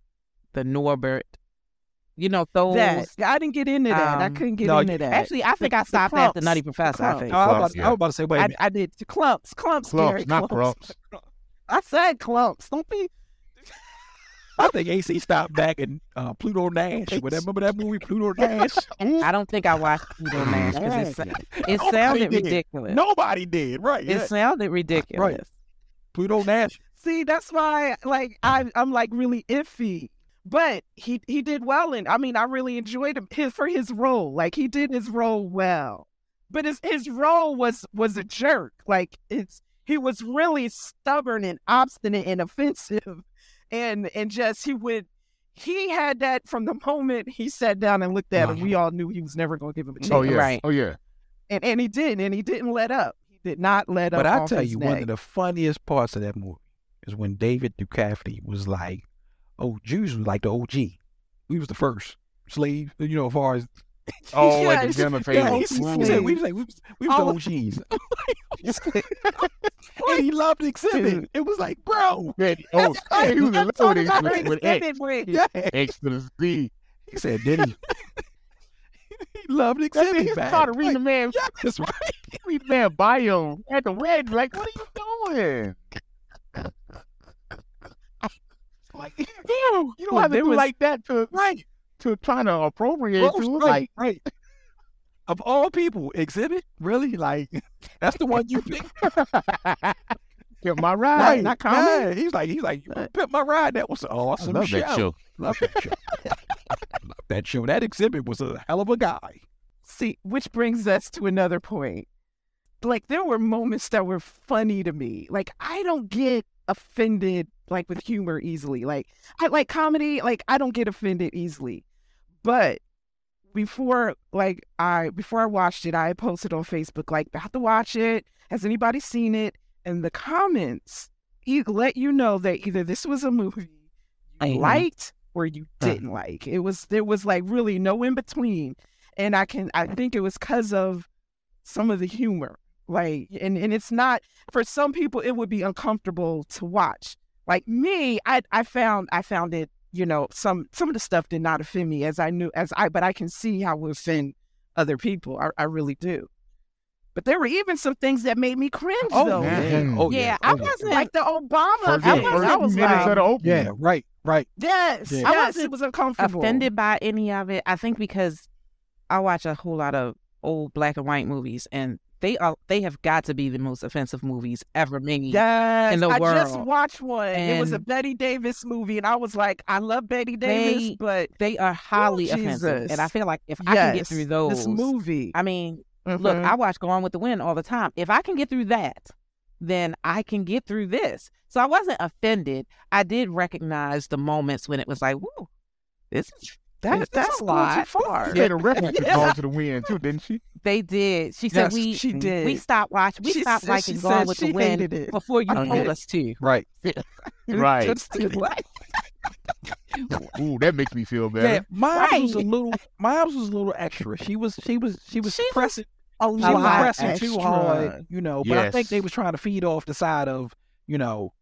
Speaker 2: the Norbert. You know those.
Speaker 1: That I didn't get into that. I
Speaker 2: Oh, Um,
Speaker 1: couldn't get
Speaker 3: no,
Speaker 1: into that.
Speaker 2: Actually, I think I
Speaker 1: the
Speaker 2: stopped after
Speaker 1: Clumps.
Speaker 2: Nutty Professor. I
Speaker 1: Clumps.
Speaker 2: think.
Speaker 3: Oh, I, was about,
Speaker 5: Clumps,
Speaker 3: to- I
Speaker 5: yeah.
Speaker 3: was about to say wait a
Speaker 1: I,
Speaker 3: minute.
Speaker 1: I did clumps, clumps, Gary,
Speaker 4: Clumps, not Crumps.
Speaker 1: I said clumps. Don't be.
Speaker 3: I think AC stopped back in uh, Pluto Nash. or Whatever, remember that movie Pluto Nash?
Speaker 2: I don't think I watched Pluto Nash because it, it
Speaker 3: Nobody
Speaker 2: sounded
Speaker 3: did.
Speaker 2: ridiculous.
Speaker 3: Nobody did, right? yeah.
Speaker 2: It sounded ridiculous.
Speaker 3: Pluto Nash.
Speaker 1: See, that's why, like, I, I'm like really iffy. But he he did well, and I mean, I really enjoyed him his, for his role. Like, he did his role well. But his his role was was a jerk. Like, it's he was really stubborn and obstinate and offensive, and and just he would. He had that from the moment he sat down and looked at him. We all knew he was never going to give him a chance.
Speaker 4: Oh, yeah.
Speaker 2: Right.
Speaker 4: Oh, yeah.
Speaker 1: and and he didn't, and he didn't let up. He did not let up.
Speaker 3: But I
Speaker 1: off
Speaker 3: tell
Speaker 1: his
Speaker 3: you,
Speaker 1: neck.
Speaker 3: one of the funniest parts of that movie is when David Duchovny was like, "Oh, Jews was like the OG. We was the first slave, you know, as far as."
Speaker 4: Oh, at
Speaker 1: Yes.
Speaker 4: the dinner table.
Speaker 1: Favorite
Speaker 3: Yeah, he said- he
Speaker 1: slave.
Speaker 3: said, we was like, we was, we was
Speaker 1: All-
Speaker 3: the OGs. and he loved the exhibit.
Speaker 1: Dude.
Speaker 3: It was like, bro.
Speaker 4: Yeah, oh, yeah, he was in
Speaker 1: I'm
Speaker 4: love with
Speaker 1: talking
Speaker 4: X,
Speaker 1: about
Speaker 4: with,
Speaker 1: the
Speaker 4: with X,
Speaker 1: extended break.
Speaker 3: Yeah.
Speaker 4: X to the Z.
Speaker 3: He said, did he? loved
Speaker 4: That
Speaker 3: exhibit.
Speaker 4: mean, he
Speaker 3: back.
Speaker 4: started reading the man,
Speaker 3: Like, yeah, that's right.
Speaker 4: read the man bio at the red. Like, what are you doing?
Speaker 3: Like,
Speaker 4: Damn, you don't
Speaker 1: Well,
Speaker 4: have to
Speaker 1: there
Speaker 4: do
Speaker 1: was-
Speaker 4: like that to
Speaker 3: right.
Speaker 4: to trying to appropriate
Speaker 3: Well,
Speaker 4: to it.
Speaker 3: right,
Speaker 4: Like,
Speaker 3: right. Of all people, exhibit really like that's the one you picked.
Speaker 4: get my
Speaker 3: right?
Speaker 4: ride. Not
Speaker 3: yeah. He's like, he's like, you
Speaker 1: Right.
Speaker 3: pimp my ride. That was an
Speaker 5: I
Speaker 3: awesome
Speaker 5: love that show.
Speaker 3: Love that show. Love that show. That exhibit was a hell of a guy.
Speaker 1: See, which brings us to another point. Like there were moments that were funny to me. Like I don't get offended like with humor easily. Like I like comedy, like I don't get offended easily. But before like I before I watched it, I had posted on Facebook like about to watch it. Has anybody seen it? And the comments he let you know that either this was a movie
Speaker 2: I
Speaker 1: you
Speaker 2: know.
Speaker 1: liked or you
Speaker 2: Huh.
Speaker 1: didn't like. It was there was like really no in between. And I can I think it was cuz of some of the humor. Like and and it's not for some people it would be uncomfortable to watch. Like me, I I found I found it, you know, some some of the stuff did not offend me as I knew as I but I can see how it would offend other people. I, I really do. But there were even some things that made me cringe though.
Speaker 4: yeah.
Speaker 3: Oh,
Speaker 2: yeah,
Speaker 3: yeah.
Speaker 2: I
Speaker 3: Oh, yeah.
Speaker 2: wasn't
Speaker 1: Like the Obama,
Speaker 4: First,
Speaker 1: I
Speaker 2: yeah,
Speaker 1: was,
Speaker 4: first
Speaker 1: I was
Speaker 4: minutes
Speaker 1: like,
Speaker 4: of the opening.
Speaker 3: Yeah, right, right.
Speaker 1: Yes,
Speaker 3: Yeah.
Speaker 1: I
Speaker 2: Yes,
Speaker 1: was.
Speaker 2: it
Speaker 1: It was uncomfortable.
Speaker 2: offended by any of it. I think because I watch a whole lot of old black and white movies, and they are they have got to be the most offensive movies ever made.
Speaker 1: Yes,
Speaker 2: in the
Speaker 1: I just
Speaker 2: world.
Speaker 1: watched one. it was a
Speaker 2: And-
Speaker 1: Betty Davis movie, and I was like, I love Betty Davis,
Speaker 2: They-
Speaker 1: but
Speaker 2: They are highly offensive,
Speaker 1: Oh, Jesus.
Speaker 2: and I feel like if I can get
Speaker 1: yes,
Speaker 2: through those,
Speaker 1: This movie, Mm-hmm.
Speaker 2: I mean, look, I watch Gone with the Wind all the time. If I can get through that, then I can get through this. So I wasn't offended. I did recognize the moments when it was like, "Whoa, this is."
Speaker 1: that,
Speaker 2: this is
Speaker 1: that's
Speaker 2: a
Speaker 1: going
Speaker 2: lot.
Speaker 1: too far.
Speaker 4: She had a reference to Gone to the Wind too, didn't she?
Speaker 2: They did. She
Speaker 1: Yes,
Speaker 2: said we
Speaker 1: she did.
Speaker 2: we stopped watch. We
Speaker 1: She
Speaker 2: stopped
Speaker 1: said-
Speaker 2: liking
Speaker 1: she
Speaker 2: Gone
Speaker 1: said
Speaker 2: with
Speaker 1: she
Speaker 2: the Wind
Speaker 1: hated it.
Speaker 2: before you
Speaker 1: I
Speaker 2: told
Speaker 1: did.
Speaker 2: us to.
Speaker 3: Right.
Speaker 4: Right.
Speaker 1: Just to, like,
Speaker 4: Ooh, that makes me feel
Speaker 3: Yeah,
Speaker 4: better.
Speaker 3: mine was a little. Mine was a little extra. She was. She was. She was
Speaker 2: She was
Speaker 3: pressing.
Speaker 1: a
Speaker 3: she
Speaker 1: lot
Speaker 3: was pressing too
Speaker 1: extra.
Speaker 3: hard. You know. But I think
Speaker 4: Yes.
Speaker 3: they was trying to feed off the side of you know.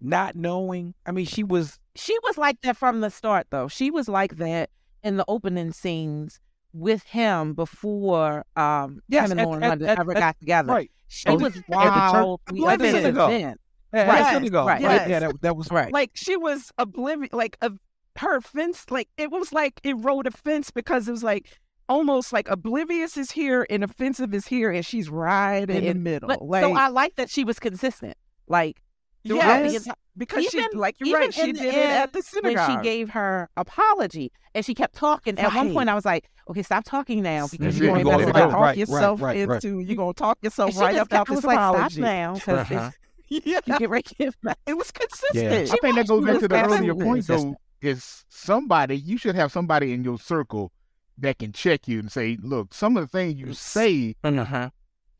Speaker 3: Not knowing. I mean, she was.
Speaker 2: She was like that from the start, though. She was like that in the opening scenes with him before um
Speaker 3: Yes,
Speaker 2: him and
Speaker 3: at-
Speaker 2: Lauren
Speaker 3: at-
Speaker 2: London
Speaker 3: at-
Speaker 2: ever
Speaker 3: at-
Speaker 2: got together.
Speaker 3: Right.
Speaker 2: She
Speaker 3: Oh,
Speaker 2: was
Speaker 4: church-
Speaker 2: wild.
Speaker 3: at the
Speaker 2: offensive
Speaker 3: synagogue.
Speaker 2: then.
Speaker 3: Yeah,
Speaker 1: Right,
Speaker 3: that's synagogue,
Speaker 2: right,
Speaker 3: right, Yeah.
Speaker 1: yes.
Speaker 3: That, that was.
Speaker 2: Right.
Speaker 1: like she was oblivious, like a her fence, like it was like it rode a fence because it was like almost like oblivious is here and offensive is here, and she's right in the
Speaker 2: And-
Speaker 1: middle.
Speaker 2: But-
Speaker 1: like,
Speaker 2: so I like that she was consistent. Like throughout the
Speaker 1: yes,
Speaker 2: entire-
Speaker 1: because she,
Speaker 2: even-
Speaker 1: like you're
Speaker 2: even
Speaker 1: right, she
Speaker 2: in the
Speaker 1: did it
Speaker 2: end
Speaker 1: at the
Speaker 2: when
Speaker 1: synagogue.
Speaker 2: she gave her apology and she kept talking. At one
Speaker 1: Right.
Speaker 2: point, I was like, "Okay, stop talking now because
Speaker 4: That's
Speaker 2: you're
Speaker 4: it.
Speaker 2: going
Speaker 4: You
Speaker 2: back
Speaker 4: go
Speaker 2: to
Speaker 4: in
Speaker 2: the
Speaker 4: there.
Speaker 1: talk
Speaker 2: apology."
Speaker 3: Right,
Speaker 1: yourself
Speaker 3: right, right, right.
Speaker 1: into. You're gonna talk
Speaker 2: And
Speaker 1: yourself
Speaker 2: she
Speaker 1: right
Speaker 2: just
Speaker 1: about
Speaker 2: kept- I
Speaker 1: this
Speaker 2: was like,
Speaker 1: apology.
Speaker 2: "Stop now because
Speaker 3: Uh-huh.
Speaker 1: yeah,
Speaker 2: you get ready to get mad."
Speaker 1: it was consistent.
Speaker 4: I think that goes
Speaker 1: she
Speaker 4: back
Speaker 1: was
Speaker 4: to the earlier
Speaker 1: absolutely
Speaker 4: point though. Is somebody you should have somebody in your circle that can check you and say, look, some of the things you say
Speaker 5: Uh-huh.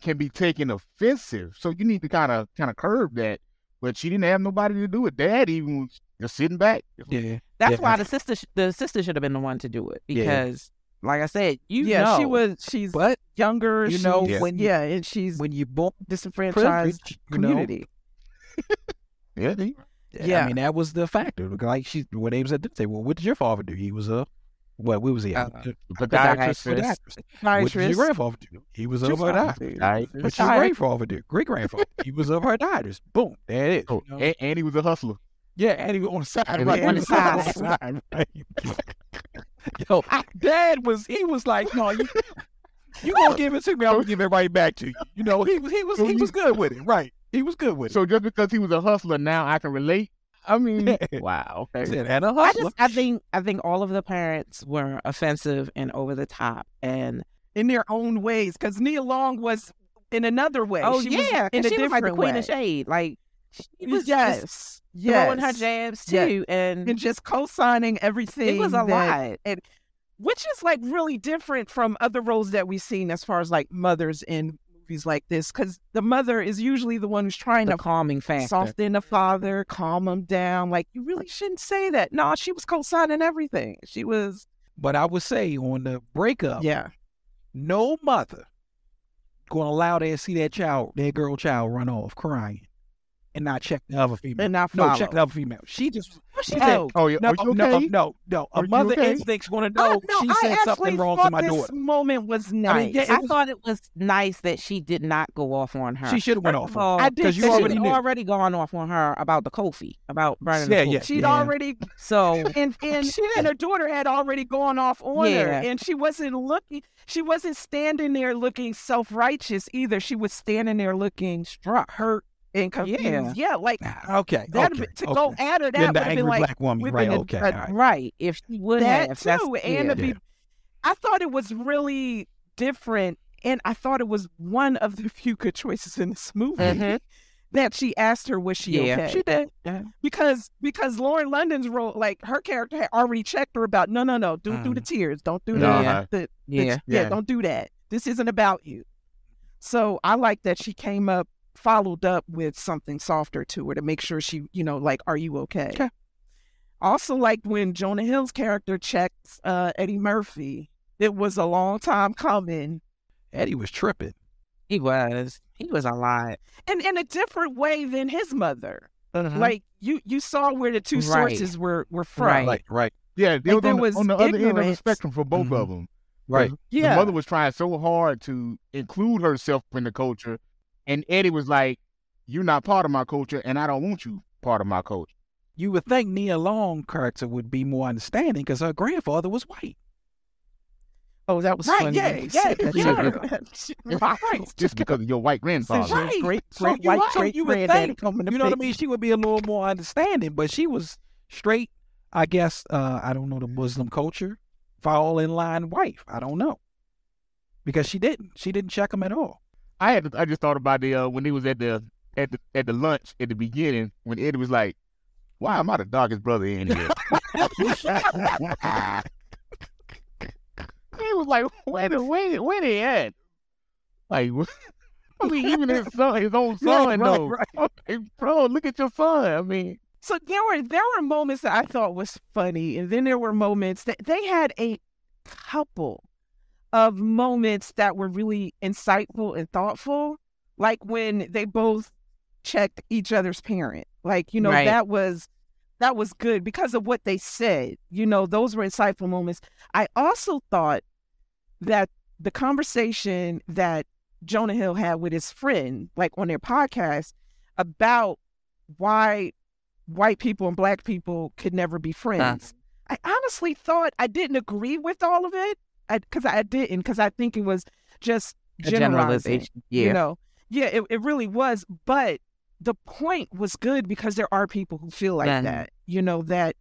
Speaker 4: can be taken offensive. So you need to kind of kind of curb that. But she didn't have nobody to do it. Dad even was just sitting back.
Speaker 3: Yeah.
Speaker 2: That's
Speaker 3: Yeah.
Speaker 2: why the sister, sh- the sister should have been the one to do it
Speaker 3: Yeah.
Speaker 2: because, like I said, you
Speaker 1: yeah,
Speaker 2: know,
Speaker 1: she was. She's
Speaker 3: But
Speaker 1: younger.
Speaker 3: you know,
Speaker 1: she's-
Speaker 3: when you-
Speaker 1: yeah, and she's
Speaker 3: when you born
Speaker 1: disenfranchised
Speaker 3: privileged, you know,
Speaker 1: community.
Speaker 4: Yeah, they-
Speaker 1: Yeah.
Speaker 3: I mean, that was the factor. Like she, when they was at, they well, what did your father do? He was a, what? What was he?
Speaker 5: Uh,
Speaker 3: Podiatrist,
Speaker 5: podiatrist.
Speaker 3: podiatrist. What did your
Speaker 1: Psychiatrist.
Speaker 3: grandfather do? He was a podiatrist.
Speaker 4: Right.
Speaker 3: What did your
Speaker 1: Podiatrist.
Speaker 3: grandfather do? Great grandfather. he was a podiatrist. Boom. There it is.
Speaker 4: Oh,
Speaker 3: you know?
Speaker 4: and, and he was a hustler.
Speaker 3: yeah, and he was on the side.
Speaker 4: And
Speaker 3: Right,
Speaker 4: he
Speaker 3: on the
Speaker 4: was
Speaker 3: side.
Speaker 4: on the
Speaker 3: right. Yo, dad was. He was like, no, you. You gonna give it to me? I'm gonna give everybody back to you. You know, he was he was he was good with it, right? He was good with it.
Speaker 4: So just because he was a hustler, now I can relate. I mean, wow.
Speaker 3: He
Speaker 4: Okay.
Speaker 3: said, and a
Speaker 2: I
Speaker 3: hustler.
Speaker 2: just, I think, I think all of the parents were offensive and over the top, and
Speaker 1: in their own ways because Nia Long was in another way.
Speaker 2: oh
Speaker 1: she was
Speaker 2: yeah, 'cause
Speaker 1: in a
Speaker 2: she was
Speaker 1: different
Speaker 2: like the queen
Speaker 1: way.
Speaker 2: of shade, like she was
Speaker 1: yes,
Speaker 2: just
Speaker 1: yes,
Speaker 2: throwing her jabs
Speaker 1: Yes.
Speaker 2: too, and
Speaker 1: and just co-signing everything.
Speaker 2: it was a
Speaker 1: that-
Speaker 2: lot.
Speaker 1: which is like really different from other roles that we've seen as far as like mothers in movies like this because the mother is usually the one who's trying
Speaker 2: The
Speaker 1: to
Speaker 2: calming factor.
Speaker 1: soften the father, calm him down. Like you really shouldn't say that. No, she was co-signing everything. She was
Speaker 3: But I would say on the breakup,
Speaker 1: yeah.
Speaker 3: no mother gonna allow their see that child, that girl child, run off crying and not check the other female.
Speaker 2: And not
Speaker 3: No,
Speaker 2: follow.
Speaker 3: check the other female. She just she
Speaker 1: Oh,
Speaker 3: said,
Speaker 4: Oh, yeah.
Speaker 3: no,
Speaker 4: Are you
Speaker 3: no,
Speaker 4: okay?
Speaker 3: no, no. A
Speaker 4: Are you
Speaker 3: mother
Speaker 4: okay?
Speaker 3: instinct's going to
Speaker 1: I-
Speaker 3: know she
Speaker 1: I
Speaker 3: said something
Speaker 1: actually
Speaker 3: wrong to
Speaker 1: thought
Speaker 3: my
Speaker 1: this
Speaker 3: daughter.
Speaker 1: moment was nice.
Speaker 3: I mean, yeah, it
Speaker 2: I
Speaker 3: was-
Speaker 2: thought it was nice that she did not go off on her.
Speaker 3: She should have went off. on
Speaker 2: I
Speaker 1: I
Speaker 2: did.
Speaker 1: did
Speaker 3: Because you
Speaker 1: think-
Speaker 3: already
Speaker 2: she'd
Speaker 3: knew.
Speaker 2: already gone off on her about the Kofi, about burning.
Speaker 3: Yeah,
Speaker 2: the Kofi.
Speaker 3: yeah.
Speaker 1: She'd already
Speaker 2: So
Speaker 1: and and,
Speaker 3: She did.
Speaker 1: and her daughter had already gone off on her,
Speaker 2: Yeah.
Speaker 1: and she wasn't looking. She wasn't standing there looking self righteous either. She was standing there looking struck, hurt, and confused.
Speaker 2: Yeah.
Speaker 1: Yeah, like
Speaker 3: it. Okay.
Speaker 1: that
Speaker 3: okay,
Speaker 1: to
Speaker 3: okay.
Speaker 1: go at her.
Speaker 3: then
Speaker 1: That would
Speaker 3: the
Speaker 1: have
Speaker 3: angry
Speaker 1: been like
Speaker 3: black woman,
Speaker 1: we've
Speaker 3: right?
Speaker 1: been a-
Speaker 3: Okay.
Speaker 1: a-
Speaker 3: all right.
Speaker 2: right, if she would
Speaker 1: that
Speaker 2: have, that's-
Speaker 1: too, and
Speaker 2: yeah.
Speaker 1: to be, I thought it was really different, and I thought it was one of the few good choices in this movie.
Speaker 2: Mhm.
Speaker 1: That she asked her, was she
Speaker 2: Yeah.
Speaker 1: okay?
Speaker 2: She
Speaker 1: did,
Speaker 2: Yeah.
Speaker 1: because because Lauren London's role, like her character, had already checked her about no, no, no, don't do the tears, don't do
Speaker 2: Mm. No,
Speaker 1: that,
Speaker 4: uh-huh.
Speaker 1: the, the-
Speaker 2: yeah,
Speaker 1: yeah,
Speaker 4: Yeah.
Speaker 1: don't do that. This isn't about you. So I like that she came up, followed up with something softer to her to make sure she, you know, like, are you okay?
Speaker 3: Okay.
Speaker 1: Also, like when Jonah Hill's character checks uh, Eddie Murphy, it was a long time coming,
Speaker 3: Eddie was tripping.
Speaker 2: he was. He was a lot.
Speaker 1: and in a different way than his mother.
Speaker 2: Mhm.
Speaker 1: Like you, you saw where the two
Speaker 2: Right.
Speaker 1: sources were were from.
Speaker 2: Right.
Speaker 3: Right. Right.
Speaker 4: Yeah, they
Speaker 1: Like,
Speaker 4: was on,
Speaker 1: there was
Speaker 4: the- on the other end of the
Speaker 1: ignorance.
Speaker 4: spectrum for both
Speaker 3: Mm-hmm.
Speaker 4: of them.
Speaker 3: Right.
Speaker 1: Yeah,
Speaker 4: The mother was trying so hard to include herself in the culture, and Eddie was like, "You're not part of my culture, and I don't want you part of my culture."
Speaker 3: You would think Nia Long character would be more understanding because her grandfather was white.
Speaker 1: Oh, that was
Speaker 3: Right,
Speaker 1: funny.
Speaker 3: yeah,
Speaker 1: when you
Speaker 3: yeah,
Speaker 1: said that.
Speaker 4: yeah.
Speaker 1: yeah. right.
Speaker 4: Just because of your white grandfather.
Speaker 3: Right.
Speaker 1: Great,
Speaker 3: So
Speaker 1: great
Speaker 3: you
Speaker 1: white,
Speaker 3: would- so
Speaker 1: great
Speaker 3: you would
Speaker 1: granddaddy
Speaker 3: think,
Speaker 1: coming to
Speaker 3: You know what I
Speaker 1: pick
Speaker 3: mean? She would be a little more understanding, but she was straight. I guess uh, I don't know the Muslim culture. Fall in line wife. I don't know because she didn't. She didn't check him at all.
Speaker 4: I had to, I just thought about the uh, when he was at the at the at the lunch at the beginning when Eddie was like, "Why am I the darkest brother in here?" he was like, "Wait, a- wait, wait, he at?" Like, what? I mean, even his son, his own
Speaker 3: right,
Speaker 4: son, though.
Speaker 3: right.
Speaker 4: Hey, bro, look at your son. I mean,
Speaker 1: So there were there were moments that I thought was funny, and then there were moments that they had a couple of moments that were really insightful and thoughtful, like when they both checked each other's parent. Like you know
Speaker 2: Right.
Speaker 1: that was that was good because of what they said. You know those were insightful moments. I also thought that the conversation that Jonah Hill had with his friend, like on their podcast, about why white people and black people could never be friends. I honestly thought I didn't agree with all of it because I, didn't because I think it was just
Speaker 2: A
Speaker 1: generalizing.
Speaker 2: Yeah,
Speaker 1: You know, yeah, it, it really was. But the point was good because there are people who feel like
Speaker 2: Yeah.
Speaker 1: that. You know that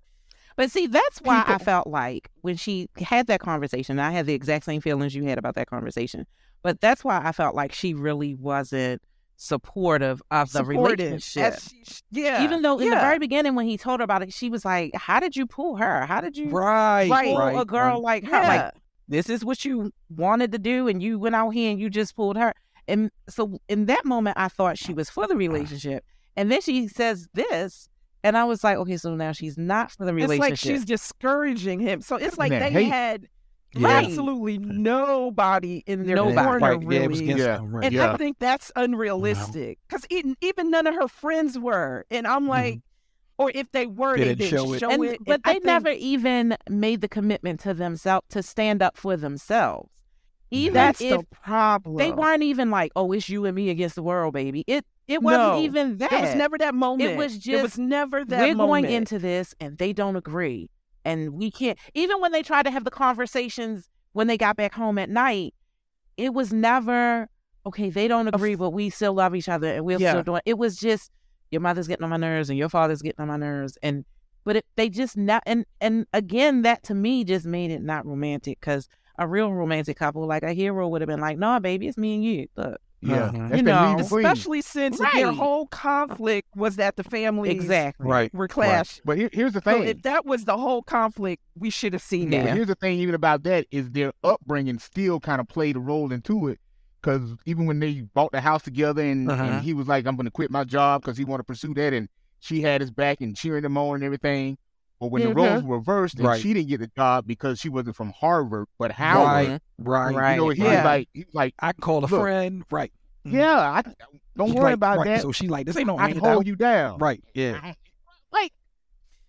Speaker 2: But see, that's why I
Speaker 1: people.
Speaker 2: felt like when she had that conversation, I had the exact same feelings you had about that conversation. But that's why I felt like she really wasn't supportive of the
Speaker 1: supportive,
Speaker 2: relationship.
Speaker 1: as she- yeah,
Speaker 2: Even though in the
Speaker 1: yeah.
Speaker 2: very beginning when he told her about it, she was like, How did you pull her? How did you
Speaker 3: Right.
Speaker 2: pull Mm.
Speaker 3: right, Um,
Speaker 2: a girl like
Speaker 3: right.
Speaker 2: her? Like, this is what you wanted to do and you went out here and you just pulled her and so in that moment i thought she was for the relationship and then she says this and i was like okay so now she's not for the
Speaker 1: it's
Speaker 2: relationship
Speaker 1: like she's discouraging him. So it's like
Speaker 4: Man,
Speaker 1: they
Speaker 4: hate.
Speaker 1: had
Speaker 3: Yeah.
Speaker 1: absolutely nobody in their
Speaker 2: Nobody.
Speaker 1: corner
Speaker 3: Right.
Speaker 1: really.
Speaker 3: Yeah, it was against
Speaker 4: Yeah.
Speaker 3: them, right.
Speaker 1: And
Speaker 4: Yeah.
Speaker 1: I think that's unrealistic because even, even none of her friends were. And I'm like, or if they were,
Speaker 3: They
Speaker 1: they,
Speaker 3: Mm-hmm. didn't
Speaker 1: didn't
Speaker 3: show
Speaker 1: show
Speaker 3: it.
Speaker 1: it.
Speaker 2: and,
Speaker 1: And
Speaker 2: but
Speaker 1: I
Speaker 2: they
Speaker 1: think-
Speaker 2: never even made the commitment to themselves to stand up for themselves even
Speaker 1: That's
Speaker 2: if
Speaker 1: the problem.
Speaker 2: they weren't even like oh it's you and me against the world baby it it wasn't
Speaker 1: No.
Speaker 2: even that
Speaker 1: It was never that moment.
Speaker 2: was
Speaker 1: It was
Speaker 2: just,
Speaker 1: never that
Speaker 2: we're
Speaker 1: moment.
Speaker 2: going into this and they don't agree and we can't even when they tried to have the conversations when they got back home at night it was never okay they don't agree but we still love each other and we're
Speaker 1: Yeah.
Speaker 2: still doing it was just your mother's getting on my nerves and your father's getting on my nerves and but it, they just not and and again that to me just made it not romantic because a real romantic couple like a hero would have been like no baby it's me and you look
Speaker 4: yeah,
Speaker 3: Mhm.
Speaker 4: that's
Speaker 2: You
Speaker 4: that
Speaker 2: know,
Speaker 4: lead to queen.
Speaker 1: especially since their
Speaker 2: Right.
Speaker 1: whole conflict was that the families
Speaker 2: exactly
Speaker 3: Right.
Speaker 1: were clashing.
Speaker 4: But here, here's the
Speaker 1: So
Speaker 4: thing.
Speaker 1: if that was the whole conflict, we should have seen
Speaker 2: Yeah.
Speaker 1: that.
Speaker 4: But here's the thing, even about that, is their upbringing still kind of played a role into it. Because even when they bought the house together, and,
Speaker 3: Uh-huh.
Speaker 4: and he was like, "I'm going to quit my job because he wanted to pursue that," and she had his back and cheering him on and everything. But when the
Speaker 3: Mm-hmm.
Speaker 4: roles were reversed, and
Speaker 3: Right.
Speaker 4: she didn't get the job because she wasn't from Harvard but Howard,
Speaker 3: Right. Right.
Speaker 4: you know, he
Speaker 1: Yeah.
Speaker 4: was like, he was like,
Speaker 3: I can call a
Speaker 4: Look.
Speaker 3: friend. Right.
Speaker 4: Yeah, I don't
Speaker 3: She's
Speaker 4: worry
Speaker 3: like,
Speaker 4: about
Speaker 3: right,
Speaker 4: that.
Speaker 3: So she like, this ain't no
Speaker 4: I
Speaker 3: hand
Speaker 4: can
Speaker 3: out.
Speaker 4: hold you down.
Speaker 3: Right. Yeah.
Speaker 4: Like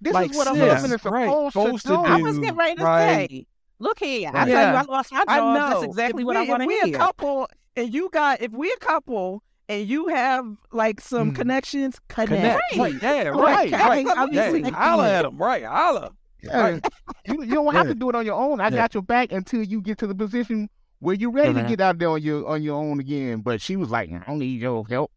Speaker 4: this
Speaker 3: Like,
Speaker 4: is what a
Speaker 3: sis,
Speaker 4: husband is
Speaker 3: right,
Speaker 4: supposed
Speaker 3: supposed to
Speaker 4: to do.
Speaker 2: I was
Speaker 3: Dude,
Speaker 2: getting ready to
Speaker 3: right.
Speaker 2: say, look here, I
Speaker 3: Right.
Speaker 2: tell you,
Speaker 1: Yeah.
Speaker 2: I lost my job.
Speaker 1: I know
Speaker 2: That's exactly
Speaker 1: If
Speaker 2: what
Speaker 1: we,
Speaker 2: I want
Speaker 1: If
Speaker 2: to
Speaker 1: we're
Speaker 2: hear.
Speaker 1: a couple and you got, if we're a couple and you have like some
Speaker 3: Mm.
Speaker 4: Hmm.
Speaker 1: connections, connect.
Speaker 3: Connect.
Speaker 1: Right.
Speaker 3: Yeah. Right.
Speaker 4: Right,
Speaker 1: right.
Speaker 3: Right.
Speaker 1: I'll be
Speaker 3: Yeah.
Speaker 1: connected.
Speaker 3: Holla at him. Right. Holla.
Speaker 4: Yeah. You, you don't have
Speaker 3: Yeah.
Speaker 4: to do it on your own. I
Speaker 3: Yeah.
Speaker 4: got your back until you get to the position where you're ready to
Speaker 1: Mm-hmm.
Speaker 3: Mhm.
Speaker 4: get out there on your on your own again. But she was like, I don't need your help.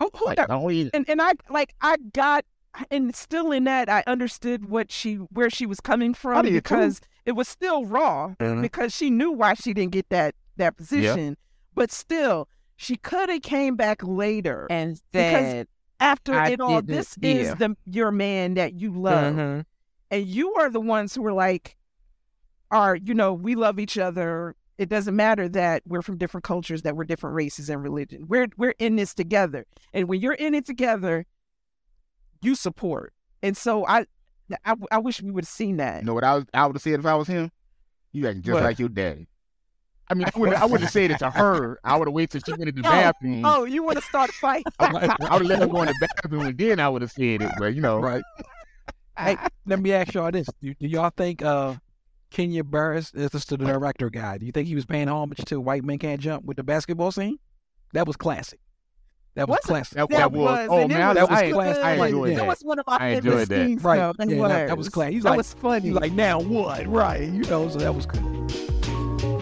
Speaker 1: Who, who
Speaker 4: Like,
Speaker 1: the-
Speaker 4: I don't need
Speaker 1: and and I like I got and still in that I understood what she where she was coming from
Speaker 4: did too. Hmm.
Speaker 1: because it was still raw because she knew why she didn't get that that position, but still she could have came back later
Speaker 2: and
Speaker 1: because
Speaker 2: said,
Speaker 1: after
Speaker 2: I
Speaker 1: it all.
Speaker 2: didn't-
Speaker 1: This is
Speaker 2: yeah.
Speaker 1: the your man that you love,
Speaker 2: Mhm.
Speaker 1: and you are the ones who are like, are you know we love each other. It doesn't matter that we're from different cultures, that we're different races and religion. We're we're in this together, and when you're in it together, you support. And so I, I, I wish we would have seen that.
Speaker 4: You know what I was, I would have said if I was him? You acting just
Speaker 1: What?
Speaker 4: like your daddy. I mean, I wouldn't, I wouldn't have said it to her. I would have waited till she went to the bathroom.
Speaker 1: Oh, you want to start fighting?
Speaker 4: I would have let her go in the bathroom and then I would have said it. But you know,
Speaker 3: Right. Hey, let me ask y'all this: do, do y'all think uh, Kenya Barris is just the director guy? Do you think he was paying homage to "White Men Can't Jump" with the basketball scene? That was classic. That was
Speaker 1: Was it?
Speaker 3: classic.
Speaker 4: that, that,
Speaker 1: That
Speaker 4: was,
Speaker 1: was-
Speaker 4: oh
Speaker 1: and it
Speaker 4: man,
Speaker 1: was
Speaker 4: that was
Speaker 1: good.
Speaker 4: class. I
Speaker 3: Like,
Speaker 4: enjoyed
Speaker 3: yeah.
Speaker 1: That
Speaker 4: that.
Speaker 1: was one of my
Speaker 4: I
Speaker 1: favorite
Speaker 4: enjoyed that.
Speaker 1: scenes.
Speaker 3: Right.
Speaker 1: though, that
Speaker 3: Yeah,
Speaker 1: was.
Speaker 3: that- that was class. He's
Speaker 1: that
Speaker 3: like-
Speaker 1: was funny.
Speaker 3: You like now what? Right. You know, so that was cool.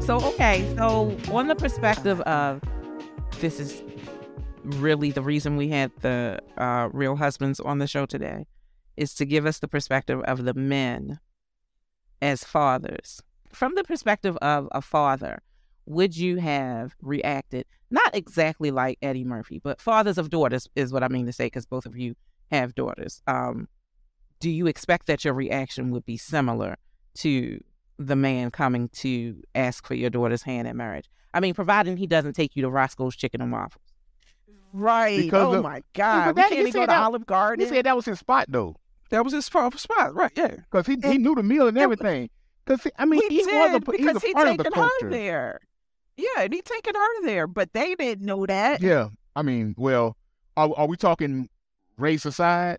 Speaker 2: So okay, so on the perspective
Speaker 1: Uh-huh.
Speaker 2: of this is really the reason we had the uh, real husbands on the show today is to give us the perspective of the men as fathers. From the perspective of a father, would you have reacted not exactly like Eddie Murphy, but fathers of daughters is what I mean to say because both of you have daughters. Um, do you expect that your reaction would be similar to the man coming to ask for your daughter's hand in marriage. I mean, providing he doesn't take you to Roscoe's Chicken and Waffles.
Speaker 1: Right.
Speaker 4: Because
Speaker 1: oh
Speaker 4: of-
Speaker 1: my God. We
Speaker 4: that-
Speaker 1: can't
Speaker 4: you
Speaker 1: even
Speaker 4: said
Speaker 1: go to
Speaker 4: that-
Speaker 1: Olive Garden.
Speaker 4: He said that was his spot though,
Speaker 3: That was his proper spot. Right. Yeah.
Speaker 4: because he, he knew the meal and everything. Because I mean,
Speaker 1: he,
Speaker 4: he, was
Speaker 1: did
Speaker 4: a he
Speaker 1: because
Speaker 4: was a
Speaker 1: he
Speaker 4: part of the
Speaker 1: taken her
Speaker 4: culture.
Speaker 1: there. Yeah, and he taken her there, but they didn't know that.
Speaker 4: Yeah, I mean, well, are, are we talking race aside?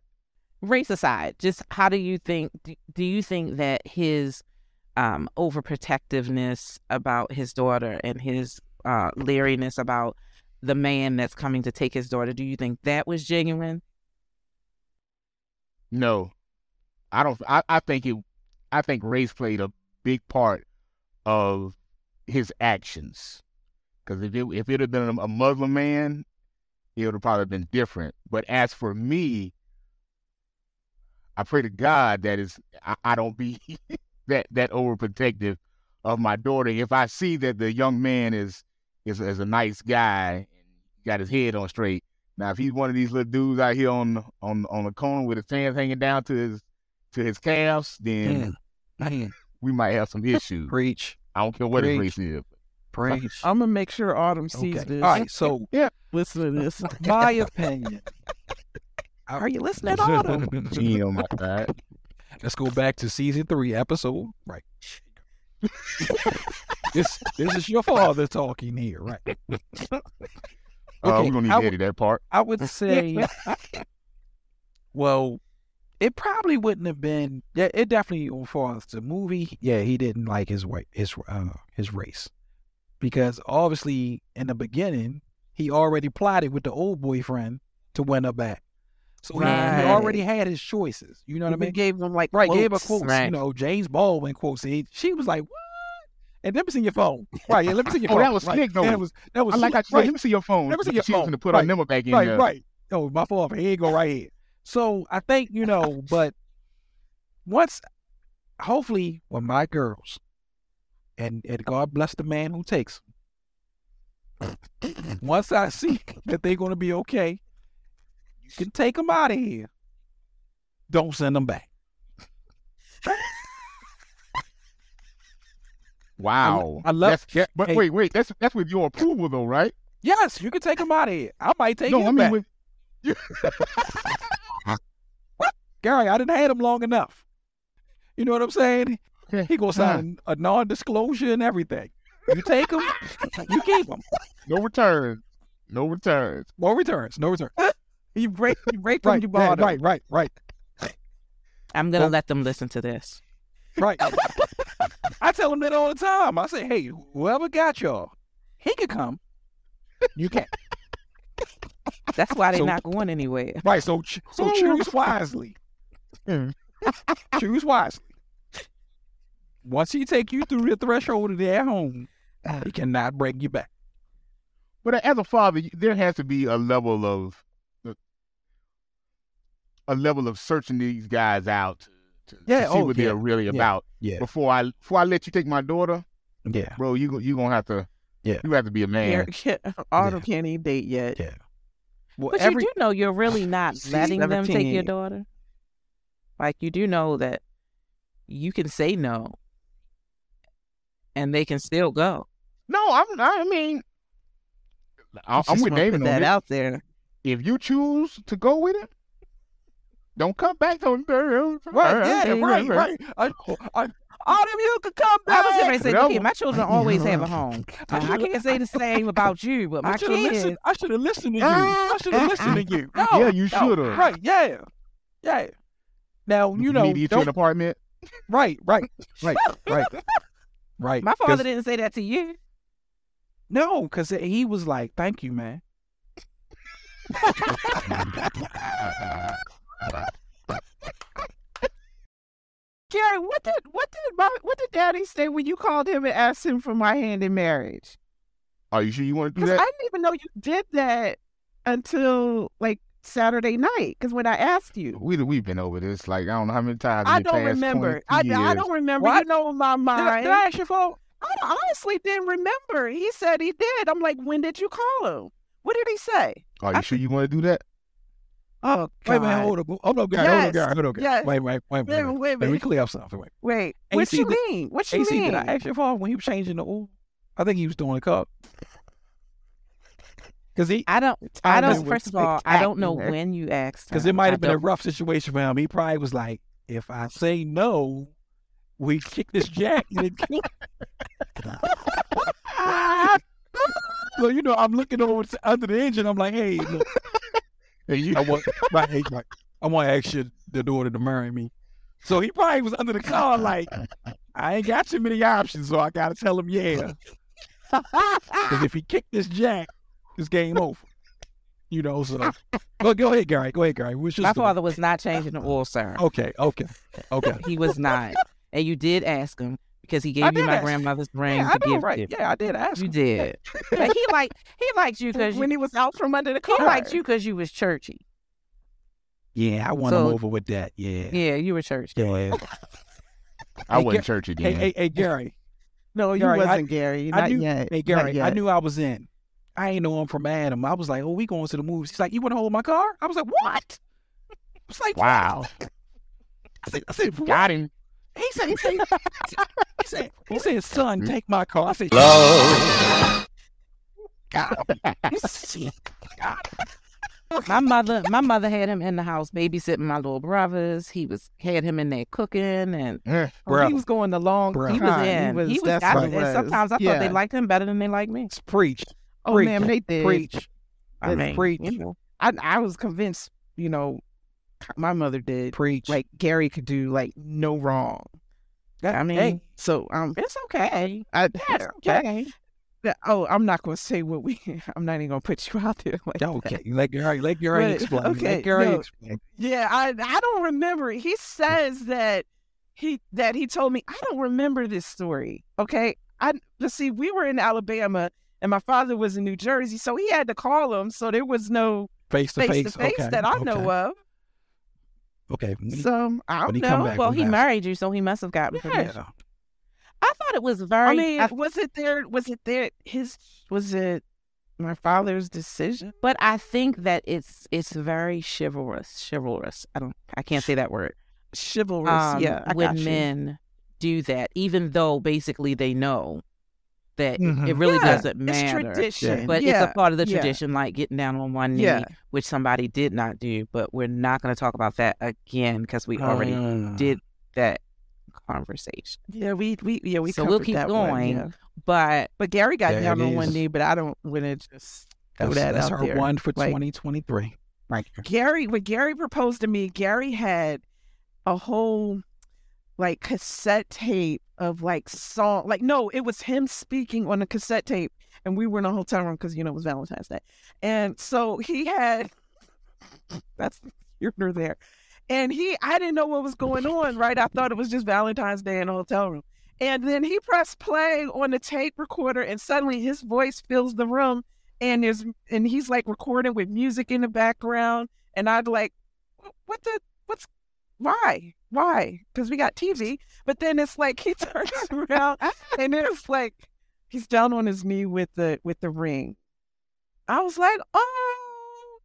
Speaker 2: Race aside, just how do you think? Do, do you think that his um, overprotectiveness about his daughter and his uh, leeriness about the man that's coming to take his daughter, do you think that was genuine?
Speaker 4: No, I don't. I, I think it. I think race played a big part of his actions. Because if it if it had been a Muslim man, it would have probably been different. But as for me, I pray to God that is I, I don't be that that overprotective of my daughter. If I see that the young man is is is a nice guy and got his head on straight. Now, if he's one of these little dudes out here on on on the corner with his hands hanging down to his to his calves, then
Speaker 3: Mm. Man,
Speaker 4: we might have some issues.
Speaker 3: preach,
Speaker 4: I don't care what his
Speaker 3: Preach.
Speaker 4: race is.
Speaker 3: preach.
Speaker 1: I'm gonna make sure Autumn sees
Speaker 3: Okay. All
Speaker 1: this.
Speaker 3: right. So
Speaker 1: Listen to this.
Speaker 3: my opinion.
Speaker 1: Are you listening, Autumn?
Speaker 4: Gee, on my side.
Speaker 3: Let's go back to season three, episode right. this this is your father talking here, right?
Speaker 4: Uh,
Speaker 3: Okay,
Speaker 4: we're gonna need
Speaker 3: I
Speaker 4: to
Speaker 3: would-
Speaker 4: edit that part.
Speaker 3: I would say, well, it probably wouldn't have been. Yeah, it definitely on far as the movie. Yeah, he didn't like his white his uh, his race because obviously in the beginning he already plotted with the old boyfriend to win her back. So he- he,
Speaker 2: Right.
Speaker 3: already had his choices. You know what I
Speaker 1: We
Speaker 3: mean?
Speaker 1: gave them like
Speaker 3: Right, gave her
Speaker 1: quotes.
Speaker 3: quotes. You
Speaker 2: Right.
Speaker 3: know, James Baldwin quotes. He, she was like, "What?" And let me see your phone. Right, yeah, let me see your
Speaker 4: Oh,
Speaker 3: phone.
Speaker 4: that was
Speaker 3: right.
Speaker 4: slick, though.
Speaker 3: That was that was
Speaker 4: I like. I,
Speaker 3: slick,
Speaker 4: yeah, Let me see your phone.
Speaker 3: Let me see your
Speaker 4: She was
Speaker 3: phone.
Speaker 4: gonna put
Speaker 3: Right.
Speaker 4: our number back in
Speaker 3: right,
Speaker 4: there.
Speaker 3: right. Oh, my fault. Here you go, right here. So I think you know, but once, hopefully, when my girls, and and God bless the man who takes. 'em, once I see that they're gonna be okay, you can take them out of here. Don't send them back.
Speaker 4: Wow.
Speaker 3: I love-
Speaker 4: That's, that, but
Speaker 3: Hey.
Speaker 4: wait, wait. That's that's with your approval though, right?
Speaker 3: Yes, you can take them out of here. I might take
Speaker 4: no,
Speaker 3: him
Speaker 4: I mean
Speaker 3: back.
Speaker 4: with.
Speaker 3: Gary, I didn't had him long enough. You know what I'm saying?
Speaker 4: Okay.
Speaker 3: He gonna sign a non-disclosure and everything. You take him, you keep him.
Speaker 4: No returns. No returns.
Speaker 3: No returns, no returns.
Speaker 1: You break, you break them,
Speaker 3: Right,
Speaker 1: you
Speaker 3: yeah,
Speaker 1: bought them.
Speaker 3: right, right, right,
Speaker 2: I'm gonna
Speaker 3: Well-
Speaker 2: let them listen to this.
Speaker 3: right. I tell him that all the time. I say, hey, whoever got y'all, he could come. You can't.
Speaker 2: That's why they're
Speaker 3: So-
Speaker 2: not going anywhere.
Speaker 3: Right. So ch- so choose wisely.
Speaker 4: Mm.
Speaker 3: choose wisely. Once he take you through the threshold of their home, he cannot break you back.
Speaker 4: But as a father, you- there has to be a level of uh, a level of searching these guys out to, to
Speaker 3: Yeah,
Speaker 4: see
Speaker 3: oh,
Speaker 4: what
Speaker 3: yeah,
Speaker 4: they're really
Speaker 3: yeah,
Speaker 4: about
Speaker 3: yeah.
Speaker 4: before I before I let you take my daughter,
Speaker 3: Yeah.
Speaker 4: bro. You go- you gonna have to
Speaker 3: Yeah.
Speaker 4: you have to be a man.
Speaker 1: Eric can't- Autumn
Speaker 3: Yeah.
Speaker 1: can't even date yet.
Speaker 3: Yeah. Well,
Speaker 2: But
Speaker 3: every
Speaker 2: you do know you're really not
Speaker 3: She's
Speaker 2: letting them take
Speaker 3: 17.
Speaker 2: your daughter. Like you do know that you can say no, and they can still go.
Speaker 4: No, I'm. I mean, I,
Speaker 1: Just
Speaker 4: I'm with
Speaker 1: wanna
Speaker 4: David
Speaker 1: put
Speaker 4: on
Speaker 1: that
Speaker 4: this.
Speaker 1: out there.
Speaker 4: If you choose to go with it, don't come back on
Speaker 3: right, yeah, right, right. I, I,
Speaker 1: Autumn, you could come
Speaker 2: I
Speaker 1: back.
Speaker 2: was gonna say,
Speaker 4: That
Speaker 2: look, here,
Speaker 4: one-
Speaker 2: my children always have a home. Now, I can't say the same about you, but my
Speaker 3: I should have
Speaker 2: kids.
Speaker 3: listened. I should have listened to you. I should have listened to you. No,
Speaker 4: ah, Yeah, you
Speaker 3: no,
Speaker 4: should have.
Speaker 3: Right, yeah, yeah. Now you know.
Speaker 4: meet you in
Speaker 3: Don't,
Speaker 4: an apartment.
Speaker 3: right, right, right, right, right.
Speaker 2: My
Speaker 3: 'cause-
Speaker 2: father didn't say that to you.
Speaker 3: No, because he was like, "Thank you, man."
Speaker 1: Jerry, what did what did my, what did Daddy say when you called him and asked him for my hand in marriage?
Speaker 4: Are you sure you want to do
Speaker 1: Because I
Speaker 4: that?
Speaker 1: didn't even know you did that until like Saturday night. Because when I asked you,
Speaker 4: We we've been over this. Like I don't know how many times.
Speaker 1: I
Speaker 4: in the
Speaker 1: don't
Speaker 4: past
Speaker 1: remember.
Speaker 4: 22
Speaker 1: I, I
Speaker 4: years.
Speaker 1: don't remember.
Speaker 3: What?
Speaker 1: You know, in my
Speaker 3: Did I,
Speaker 1: mind,
Speaker 3: did I ask your phone?
Speaker 1: I honestly didn't remember. He said he did. I'm like, when did you call him? What did he say?
Speaker 4: Are you
Speaker 1: I
Speaker 4: sure you want to do that?
Speaker 1: Oh,
Speaker 3: Wait a minute, hold up, hold up, guy, hold
Speaker 1: Yes,
Speaker 3: up, guy, hold up, guy.
Speaker 1: yes.
Speaker 3: Wait, wait, wait,
Speaker 1: Wait,
Speaker 3: wait.
Speaker 1: wait,
Speaker 3: wait.
Speaker 1: wait.
Speaker 3: Let me clear up something. Wait.
Speaker 1: Wait, what
Speaker 3: AC
Speaker 1: you
Speaker 3: did-
Speaker 1: mean? What you
Speaker 3: AC,
Speaker 1: mean?
Speaker 3: did I ask your phone when he was changing the oil? I think he was doing a cup. Cause he,
Speaker 2: I don't. I
Speaker 1: Timing
Speaker 2: don't.
Speaker 1: was
Speaker 2: First of all, I don't know
Speaker 1: spectacular.
Speaker 2: when you asked.
Speaker 3: cause
Speaker 2: him.
Speaker 3: it might
Speaker 2: I
Speaker 3: have been a
Speaker 2: don't-
Speaker 3: rough situation for him. He probably was like, if I say no, we kick this jack. and it kill-" so you know, I'm looking over to, under the engine. I'm like, hey, look,
Speaker 4: And you,
Speaker 3: I want my hey, like, I want to ask your the daughter to marry me. So he probably was under the car like, I ain't got too many options, so I gotta tell him yeah. Because if he kicked this jack, it's game over. You know, so but go ahead, Gary. Go ahead, Gary. What's your
Speaker 2: My
Speaker 3: story?
Speaker 2: father was not changing the oil, sir.
Speaker 3: Okay, okay, okay.
Speaker 2: He was not. And you did ask him because he gave
Speaker 3: I
Speaker 2: you
Speaker 3: did
Speaker 2: my
Speaker 3: ask-
Speaker 2: grandmother's ring
Speaker 3: Yeah,
Speaker 2: to
Speaker 3: I know,
Speaker 2: give
Speaker 3: right?
Speaker 2: you.
Speaker 3: Yeah, I did ask.
Speaker 2: You
Speaker 3: him.
Speaker 2: did. But he liked he liked you because
Speaker 1: when he
Speaker 2: you,
Speaker 1: was out from under the
Speaker 2: he
Speaker 1: car.
Speaker 2: liked you because you was churchy.
Speaker 3: Yeah, I won
Speaker 2: So-
Speaker 3: him over with that. Yeah,
Speaker 2: Yeah, you were churchy.
Speaker 3: yeah.
Speaker 4: I
Speaker 3: Hey,
Speaker 4: wasn't churchy
Speaker 3: Hey,
Speaker 4: then.
Speaker 3: hey, hey, Gary.
Speaker 1: No, you
Speaker 3: Gary, I-
Speaker 1: wasn't, Gary.
Speaker 3: I
Speaker 1: Not
Speaker 3: knew-
Speaker 1: yet.
Speaker 3: Hey,
Speaker 1: Not
Speaker 3: Gary, I
Speaker 1: yet.
Speaker 3: knew I was in. I ain't know him from Adam. I was like, oh, we going to the movies. He's like, you want to hold my car? I was like, what? I was like,
Speaker 4: wow,
Speaker 3: I said, I said what?
Speaker 4: got him.
Speaker 3: He said, he said, he said, he said, son, take my car. I said,
Speaker 2: My mother my mother had him in the house babysitting my little brothers. He was had him in there cooking and
Speaker 4: Eh,
Speaker 3: Bro.
Speaker 1: Oh, He was going a long
Speaker 3: Bro.
Speaker 2: he was
Speaker 1: time.
Speaker 2: in.
Speaker 1: He was,
Speaker 2: he was, I,
Speaker 1: definitely
Speaker 2: and
Speaker 1: was.
Speaker 2: sometimes I
Speaker 1: yeah.
Speaker 2: thought they liked him better than they liked me.
Speaker 3: it's preach,
Speaker 1: Oh,
Speaker 3: Preach.
Speaker 1: ma'am, they did.
Speaker 3: preach.
Speaker 2: I mean,
Speaker 3: preach.
Speaker 2: you know,
Speaker 1: I, I was convinced, you know, my mother did.
Speaker 3: Preach.
Speaker 1: Like Gary could do like no wrong.
Speaker 2: I mean,
Speaker 1: Hey, so um,
Speaker 2: it's okay.
Speaker 1: I,
Speaker 2: It's okay.
Speaker 1: that- oh, I'm not gonna say what we. I'm not even gonna put you out there like that.
Speaker 3: okay, let Gary, let Gary
Speaker 1: But-
Speaker 3: explain.
Speaker 1: okay,
Speaker 3: let Gary
Speaker 1: no.
Speaker 3: explain.
Speaker 1: Yeah, I I don't remember. He says that he that he told me I don't remember this story. Okay, I let's see. We were in Alabama and my father was in New Jersey, so he had to call him. So there was no
Speaker 3: Face to
Speaker 1: face to
Speaker 3: face.
Speaker 1: face
Speaker 3: okay,
Speaker 1: that I know of.
Speaker 3: of. Okay.
Speaker 1: So I
Speaker 3: when
Speaker 1: don't
Speaker 3: he come
Speaker 1: know.
Speaker 3: back,
Speaker 2: Well,
Speaker 3: we
Speaker 2: he
Speaker 3: back.
Speaker 2: married you, so he must have gotten permission.
Speaker 3: Yeah.
Speaker 2: I thought it was very.
Speaker 1: I mean,
Speaker 2: I-
Speaker 1: was it there? Was it there? His was it my father's decision?
Speaker 2: but I think that it's it's very chivalrous. Chivalrous. I don't. I can't say that word.
Speaker 1: Chivalrous,
Speaker 2: Um,
Speaker 1: yeah. I
Speaker 2: when
Speaker 1: got you.
Speaker 2: men do that, even though basically they know that it- it
Speaker 3: Mhm.
Speaker 2: really
Speaker 1: Mm-hmm. Yeah,
Speaker 2: doesn't
Speaker 1: It's
Speaker 2: matter.
Speaker 1: tradition.
Speaker 2: But
Speaker 1: yeah.
Speaker 2: it's a part of the
Speaker 1: yeah.
Speaker 2: tradition, like getting down on one knee,
Speaker 1: yeah.
Speaker 2: which somebody did not do. But we're not going to talk about that again because we
Speaker 1: Uh.
Speaker 2: already
Speaker 3: Ah,
Speaker 2: did that conversation.
Speaker 1: Yeah, we we yeah we
Speaker 2: So we'll
Speaker 1: covered
Speaker 2: keep
Speaker 1: that one,
Speaker 2: going.
Speaker 1: yeah.
Speaker 2: But
Speaker 1: But Gary got
Speaker 3: There
Speaker 1: down
Speaker 3: it
Speaker 1: on one
Speaker 3: is.
Speaker 1: knee, but I don't want to just throw
Speaker 3: That's,
Speaker 1: that
Speaker 3: that's
Speaker 1: out
Speaker 3: our
Speaker 1: there.
Speaker 3: one for
Speaker 1: Like-
Speaker 3: 2023. Right. here.
Speaker 1: Gary, when Gary proposed to me, Gary had a whole like cassette tape of like song. Like, no, it was him speaking on a cassette tape, and we were in a hotel room because you know it was Valentine's Day, and so he had that's here nor there, and he I didn't know what was going on. Right, I thought it was just Valentine's Day in a hotel room. And then he pressed play on the tape recorder, and suddenly his voice fills the room, and there's and he's like recording with music in the background, and I'd like, "Wh- what the what's why why? Because we got TV, but then it's like he turns around, and it's like he's down on his knee with the with the ring. I was like, oh,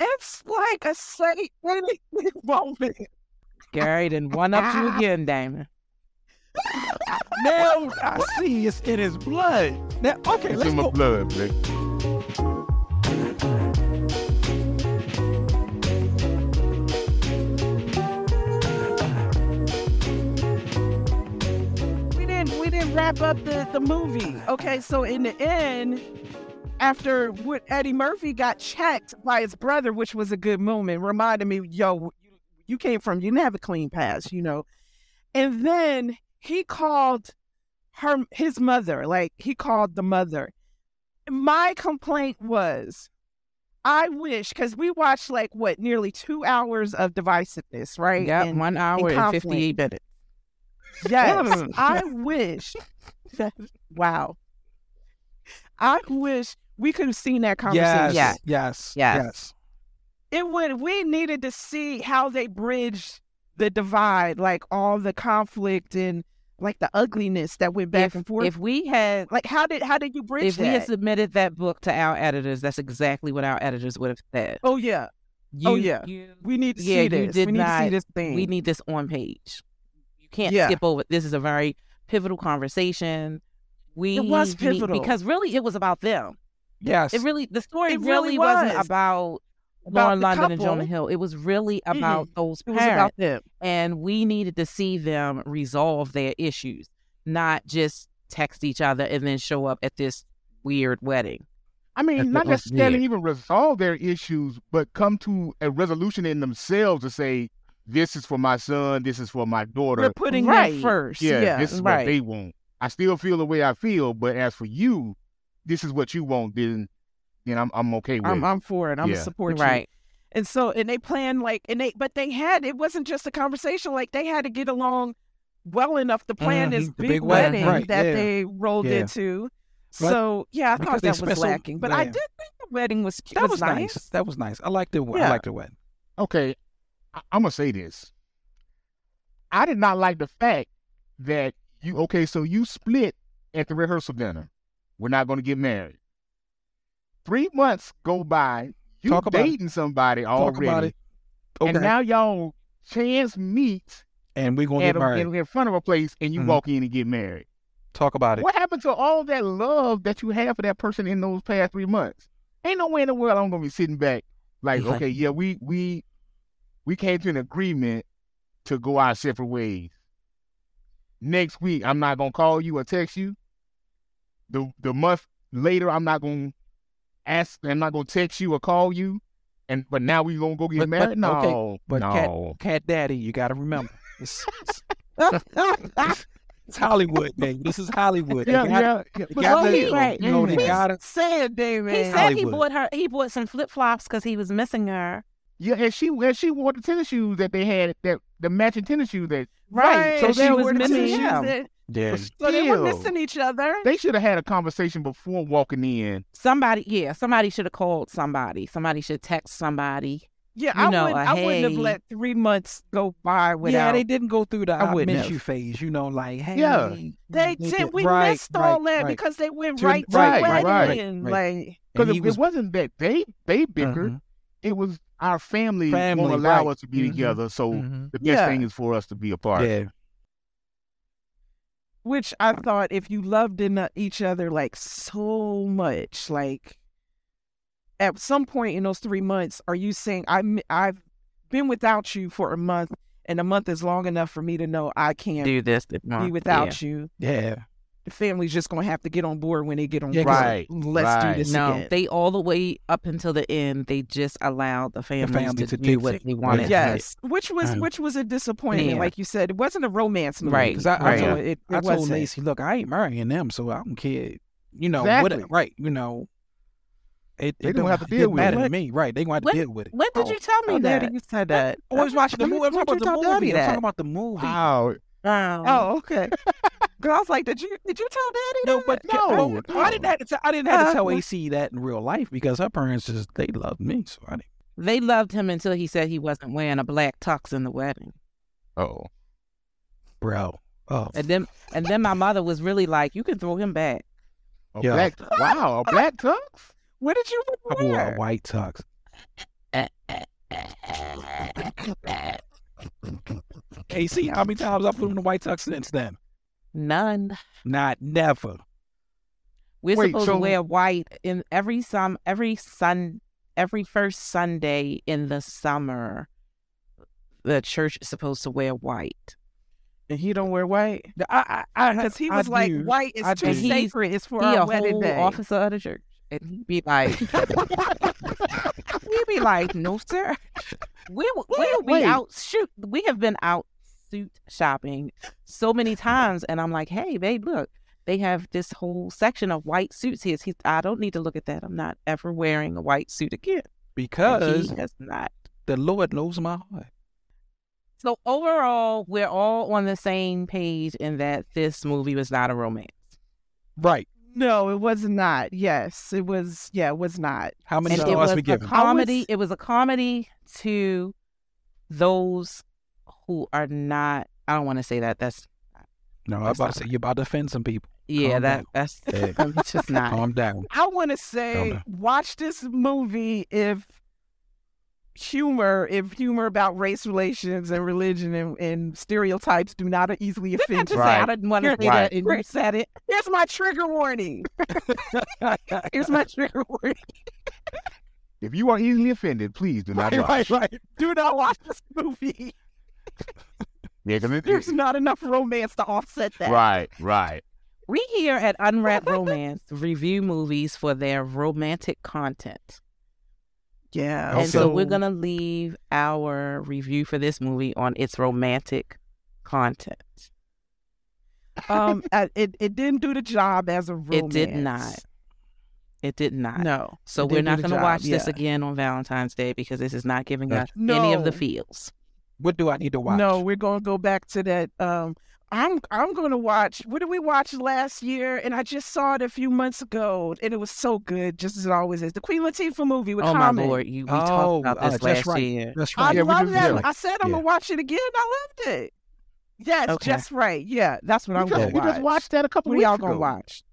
Speaker 1: it's like a slight moment.
Speaker 2: Gary didn't one up you again, Damon.
Speaker 3: Now I see it's in his blood. Now, okay,
Speaker 4: It's
Speaker 3: let's
Speaker 4: in
Speaker 3: go.
Speaker 4: my blood, Blake.
Speaker 1: we didn't we didn't wrap up the, the movie. Okay, so in the end, after what Eddie Murphy got checked by his brother, which was a good moment, reminded me, yo, you, you came from you didn't have a clean pass, you know. And then he called her his mother, like he called the mother. My complaint was I wish because we watched like what nearly two hours of divisiveness, right?
Speaker 2: Yeah,
Speaker 1: And-
Speaker 2: one hour and
Speaker 1: conflict.
Speaker 2: fifty-eight minutes.
Speaker 1: Yes, I wish. that- wow. I wish we could have seen that
Speaker 3: Yes,
Speaker 1: conversation.
Speaker 2: Yeah.
Speaker 3: yes, yes,
Speaker 2: Yes.
Speaker 1: It would we needed to see how they bridged the divide, like all the conflict and like the ugliness that went back
Speaker 2: If,
Speaker 1: and forth.
Speaker 2: if we had
Speaker 1: like how did how did you bridge
Speaker 2: if we
Speaker 1: that?
Speaker 2: had submitted that book to our editors, that's exactly what our editors would have said.
Speaker 1: oh yeah.
Speaker 2: You,
Speaker 1: Oh, yeah.
Speaker 2: you-
Speaker 1: We need to
Speaker 2: Yeah,
Speaker 1: see
Speaker 2: you
Speaker 1: this.
Speaker 2: did
Speaker 1: we need to see
Speaker 2: not-
Speaker 1: this thing.
Speaker 2: we need this on page. You can't
Speaker 1: Yeah.
Speaker 2: skip over. This is a very pivotal conversation. We
Speaker 1: It was
Speaker 2: need-
Speaker 1: pivotal.
Speaker 2: because really it was about them.
Speaker 3: yes.
Speaker 2: It really the story
Speaker 1: It
Speaker 2: really,
Speaker 1: really
Speaker 2: wasn't
Speaker 1: was.
Speaker 2: about,
Speaker 1: About
Speaker 2: Lauren
Speaker 1: the
Speaker 2: London and
Speaker 1: couple.
Speaker 2: Jonah Hill. It was really about those
Speaker 1: it
Speaker 2: parents,
Speaker 1: was about them.
Speaker 2: and we needed to see them resolve their issues, not just text each other and then show up at this weird wedding.
Speaker 4: I
Speaker 2: That's
Speaker 4: mean,
Speaker 2: what
Speaker 4: not
Speaker 2: was
Speaker 4: necessarily
Speaker 2: good.
Speaker 4: even resolve their issues, but come to a resolution in themselves to say, "This is for my son. This is for my
Speaker 1: We're
Speaker 4: daughter.
Speaker 1: putting
Speaker 2: Right.
Speaker 1: them first.
Speaker 4: yeah,
Speaker 1: Yeah,
Speaker 4: this is what
Speaker 2: right.
Speaker 4: they want. I still feel the way I feel, but as for you, this is what you want. Then, then I'm I'm okay with.
Speaker 1: I'm
Speaker 4: it.
Speaker 1: I'm for it. I'm
Speaker 4: Yeah.
Speaker 1: support you.
Speaker 2: right.
Speaker 1: And so, and they planned like, and they, but they had, it wasn't just a conversation. Like they had to get along well enough to plan this
Speaker 3: Mhm, the
Speaker 1: big,
Speaker 3: big
Speaker 2: wedding,
Speaker 1: wedding
Speaker 3: right,
Speaker 1: that
Speaker 3: yeah.
Speaker 1: they rolled
Speaker 3: Yeah.
Speaker 1: into.
Speaker 3: But-
Speaker 1: So, yeah, I
Speaker 3: because
Speaker 1: thought
Speaker 3: they
Speaker 1: that was
Speaker 3: special-
Speaker 1: lacking. But I
Speaker 3: yeah.
Speaker 1: did think the wedding was cute.
Speaker 3: that was nice. That was nice. I liked it. I
Speaker 1: Yeah.
Speaker 3: liked the wedding.
Speaker 4: okay, I- I'm gonna say this. I did not like the fact that you okay, so you split at the rehearsal dinner. We're not gonna get married. Three months go by. You
Speaker 3: Talk about it.
Speaker 4: dating somebody
Speaker 3: Talk
Speaker 4: already,
Speaker 3: about it. Okay.
Speaker 4: and now y'all chance meet
Speaker 3: And we're gonna
Speaker 4: at
Speaker 3: get
Speaker 4: a,
Speaker 3: married.
Speaker 4: in, in front of a place, and you
Speaker 3: Mhm.
Speaker 4: walk in and get married.
Speaker 3: Talk about it.
Speaker 4: What happened to all that love that you had for that person in those past three months? Ain't no way in the world I'm gonna be sitting back like,
Speaker 2: Right.
Speaker 4: okay, yeah, we we we came to an agreement to go our separate ways. Next week, I'm not gonna call you or text you. The the month later, I'm not gonna ask. I'm not gonna text you or call you. And but now we gonna go get
Speaker 3: But- but-
Speaker 4: married? no,
Speaker 3: okay, But
Speaker 4: no.
Speaker 3: cat, cat daddy, you gotta remember. It's, it's, it's Hollywood, man. This is Hollywood. They
Speaker 4: yeah,
Speaker 3: gotta-
Speaker 4: yeah, yeah.
Speaker 3: they
Speaker 4: But
Speaker 3: gotta-
Speaker 2: he-
Speaker 4: still,
Speaker 2: right.
Speaker 3: You know, they
Speaker 4: yeah.
Speaker 3: gotta.
Speaker 1: Sad, David.
Speaker 2: He said he
Speaker 3: Hollywood.
Speaker 2: bought her. He bought some flip flops because he was missing her.
Speaker 4: Yeah, and she and she wore the tennis shoes that they had that the matching tennis shoes that
Speaker 1: right.
Speaker 2: So
Speaker 1: and
Speaker 2: she
Speaker 1: they
Speaker 2: was
Speaker 1: were the
Speaker 2: missing
Speaker 1: two
Speaker 2: him.
Speaker 1: shoes that-
Speaker 3: Yeah.
Speaker 1: So they were
Speaker 4: Still.
Speaker 1: missing each other.
Speaker 4: they should have had a conversation before walking in.
Speaker 2: Somebody, yeah, somebody should have called somebody. Somebody should text somebody.
Speaker 1: yeah,
Speaker 2: you
Speaker 1: I,
Speaker 2: know,
Speaker 1: wouldn't,
Speaker 2: a
Speaker 1: I wouldn't have
Speaker 2: hey.
Speaker 1: let three months go by without.
Speaker 3: yeah, they didn't go through the
Speaker 1: I
Speaker 3: I,
Speaker 1: wouldn't
Speaker 3: miss
Speaker 1: have.
Speaker 3: you phase. You know, like hey,
Speaker 4: Yeah.
Speaker 1: They did. We
Speaker 3: Right,
Speaker 1: missed
Speaker 3: right,
Speaker 1: all that
Speaker 3: right.
Speaker 1: because they went
Speaker 3: To-
Speaker 1: right to
Speaker 4: right, right, right,
Speaker 1: wedding.
Speaker 3: right.
Speaker 1: Like,
Speaker 4: Because
Speaker 3: And
Speaker 4: it,
Speaker 3: he
Speaker 4: it
Speaker 3: was-
Speaker 4: wasn't that they they
Speaker 1: uh-huh,
Speaker 4: bickered.
Speaker 3: Mhm,
Speaker 4: It was our family,
Speaker 3: Family,
Speaker 4: won't allow
Speaker 3: right.
Speaker 4: us to be
Speaker 3: Mhm,
Speaker 4: together. So
Speaker 3: mhm.
Speaker 4: the best
Speaker 1: Yeah.
Speaker 4: thing is for us to be apart.
Speaker 3: Yeah.
Speaker 1: Which I thought if you loved in uh, each other like so much, like at some point in those three months, are you saying I'm I've been without you for a month and a month is long enough for me to know I can't
Speaker 2: do this if
Speaker 1: be
Speaker 2: not. Yeah.
Speaker 1: without you.
Speaker 3: Yeah.
Speaker 1: The family's just gonna have to get on board when they get on
Speaker 3: Yeah,
Speaker 1: 'cause
Speaker 4: Right,
Speaker 1: Let's
Speaker 4: right.
Speaker 1: do this
Speaker 2: No,
Speaker 1: again.
Speaker 2: they all the way up until the end. They just allowed the families to,
Speaker 3: family to
Speaker 2: do
Speaker 3: dictate.
Speaker 2: what they wanted. to do.
Speaker 1: yes, which was
Speaker 3: Uh,
Speaker 1: which was a disappointment.
Speaker 2: Yeah.
Speaker 1: Like you said, it wasn't a romance movie.
Speaker 2: Right,
Speaker 3: 'Cause I- I
Speaker 1: Right.
Speaker 3: told-
Speaker 1: it, it
Speaker 3: I told
Speaker 1: wasn't.
Speaker 3: Lacey, look, I ain't marrying them, so I don't care. You know,
Speaker 1: Exactly.
Speaker 3: what, right? You know, it,
Speaker 4: They
Speaker 3: it
Speaker 4: gonna have to
Speaker 3: it
Speaker 4: deal with
Speaker 3: matter
Speaker 4: it.
Speaker 3: to me, right? They gonna have to
Speaker 2: What-
Speaker 3: deal with it.
Speaker 2: When did
Speaker 3: Oh,
Speaker 2: you tell me
Speaker 1: Oh,
Speaker 2: that?
Speaker 1: Daddy, you said that.
Speaker 3: I was watching the
Speaker 1: When-
Speaker 3: movie. I'm
Speaker 1: when
Speaker 3: talking
Speaker 1: you
Speaker 3: about
Speaker 1: told
Speaker 3: the
Speaker 1: Daddy
Speaker 3: movie. I'm
Speaker 1: that?
Speaker 3: talking about the movie.
Speaker 4: Wow.
Speaker 2: Wow.
Speaker 1: Oh, okay. Cause I was like, did you did you tell Daddy?
Speaker 3: No,
Speaker 1: that? Oh,
Speaker 3: but I,
Speaker 4: No, no.
Speaker 3: I didn't have to. Tell, I didn't have to
Speaker 1: Uh,
Speaker 3: tell
Speaker 1: what-
Speaker 3: AC that in real life because her parents just they loved me, so I didn't.
Speaker 2: They loved him until he said he wasn't wearing a black tux in the wedding.
Speaker 4: Oh.
Speaker 3: Bro, oh,
Speaker 2: And then and then my mother was really like, You can throw him back.
Speaker 4: A
Speaker 3: Yeah.
Speaker 4: black wow, a black tux?
Speaker 1: what did you
Speaker 3: I wore a
Speaker 1: wear?
Speaker 3: white tux. AC, how many times I put him in a white tux since then?
Speaker 2: None.
Speaker 3: Not never.
Speaker 2: We're
Speaker 4: Wait,
Speaker 2: supposed
Speaker 4: so-
Speaker 2: to wear white in every some every sun every first Sunday in the summer. The church is supposed to wear white.
Speaker 1: And he don't wear white
Speaker 3: I, I, I,
Speaker 1: because he was like,
Speaker 3: do.
Speaker 1: white is
Speaker 3: I
Speaker 1: too
Speaker 2: do. He's-
Speaker 1: sacred. It's for
Speaker 2: he
Speaker 1: our
Speaker 2: a
Speaker 1: wedding
Speaker 2: whole
Speaker 1: day.
Speaker 2: officer of the church, and he'd be like, he'd be like, no sir, we will- we will
Speaker 4: Wait.
Speaker 2: be out shoot. We have been out suit shopping so many times, and I'm like, hey babe, look, they have this whole section of white suits here. He's, I don't need to look at that. I'm not ever wearing a white suit again. And
Speaker 3: because
Speaker 2: he has not.
Speaker 3: the Lord knows my heart.
Speaker 2: So overall, we're all on the same page in that this movie was not a romance.
Speaker 3: Right.
Speaker 1: No, it was not. Yes, it was. Yeah, it was not.
Speaker 3: How many
Speaker 2: and
Speaker 1: So-
Speaker 2: it
Speaker 3: stars
Speaker 2: was
Speaker 3: we
Speaker 2: a
Speaker 3: give him?
Speaker 1: com-
Speaker 2: comedy.
Speaker 1: was-
Speaker 2: It was a comedy to those who are not. I don't want to say that. That's
Speaker 3: No, I'm about to say you're about to offend some people.
Speaker 2: yeah.
Speaker 3: Calm
Speaker 2: that
Speaker 3: down.
Speaker 2: that's
Speaker 3: Hey.
Speaker 2: I'm just not.
Speaker 3: Calm down.
Speaker 1: I want to say,
Speaker 3: no.
Speaker 1: watch this movie if humor, if humor about race relations and religion and, and stereotypes do not easily
Speaker 2: Didn't I
Speaker 1: offend
Speaker 2: just
Speaker 1: you.
Speaker 2: say I
Speaker 4: Right.
Speaker 2: didn't want to say
Speaker 4: Right.
Speaker 2: that, and you said it.
Speaker 1: Here's my trigger warning. Here's my trigger warning.
Speaker 4: If you are easily offended, please do not
Speaker 3: right,
Speaker 4: watch.
Speaker 3: right, right.
Speaker 1: Do not watch this movie.
Speaker 4: Yeah, 'cause it-
Speaker 1: There's not enough romance to offset that.
Speaker 4: right, right.
Speaker 2: We here at Unwrapped Romance review movies for their romantic content,
Speaker 1: Yeah.
Speaker 2: and so we're gonna leave our review for this movie on its romantic content.
Speaker 1: um, I- it it didn't do the job as a romance.
Speaker 2: It did not. It did not.
Speaker 1: No.
Speaker 2: So
Speaker 1: it
Speaker 2: we're
Speaker 1: didn't do
Speaker 2: not
Speaker 1: the
Speaker 2: going to
Speaker 1: job,
Speaker 2: watch this
Speaker 1: yeah.
Speaker 2: again on Valentine's Day because this is not giving
Speaker 3: Yeah.
Speaker 2: us any of the
Speaker 1: No.
Speaker 2: feels.
Speaker 3: What do I need to watch?
Speaker 1: No, we're gonna go back to that. Um, I'm I'm gonna watch. What did we watch last year? And I just saw it a few months ago, and it was so good, just as it always is. The Queen Latifah movie with
Speaker 2: oh
Speaker 1: Common.
Speaker 2: my lord, you we
Speaker 3: Oh,
Speaker 2: talked about
Speaker 3: uh,
Speaker 2: this
Speaker 3: that's
Speaker 2: last
Speaker 3: right.
Speaker 2: year.
Speaker 3: That's
Speaker 1: I
Speaker 3: right.
Speaker 4: Yeah, we
Speaker 1: love
Speaker 4: just
Speaker 1: that.
Speaker 4: did
Speaker 1: I said I'm
Speaker 3: Yeah.
Speaker 1: gonna watch it again. I loved it. Yes,
Speaker 2: Okay.
Speaker 1: just right. Yeah, that's what I'm
Speaker 4: You just,
Speaker 1: gonna
Speaker 4: you
Speaker 1: watch.
Speaker 4: just watched that a couple
Speaker 1: What are
Speaker 4: weeks
Speaker 1: y'all
Speaker 4: ago.
Speaker 1: gonna watch?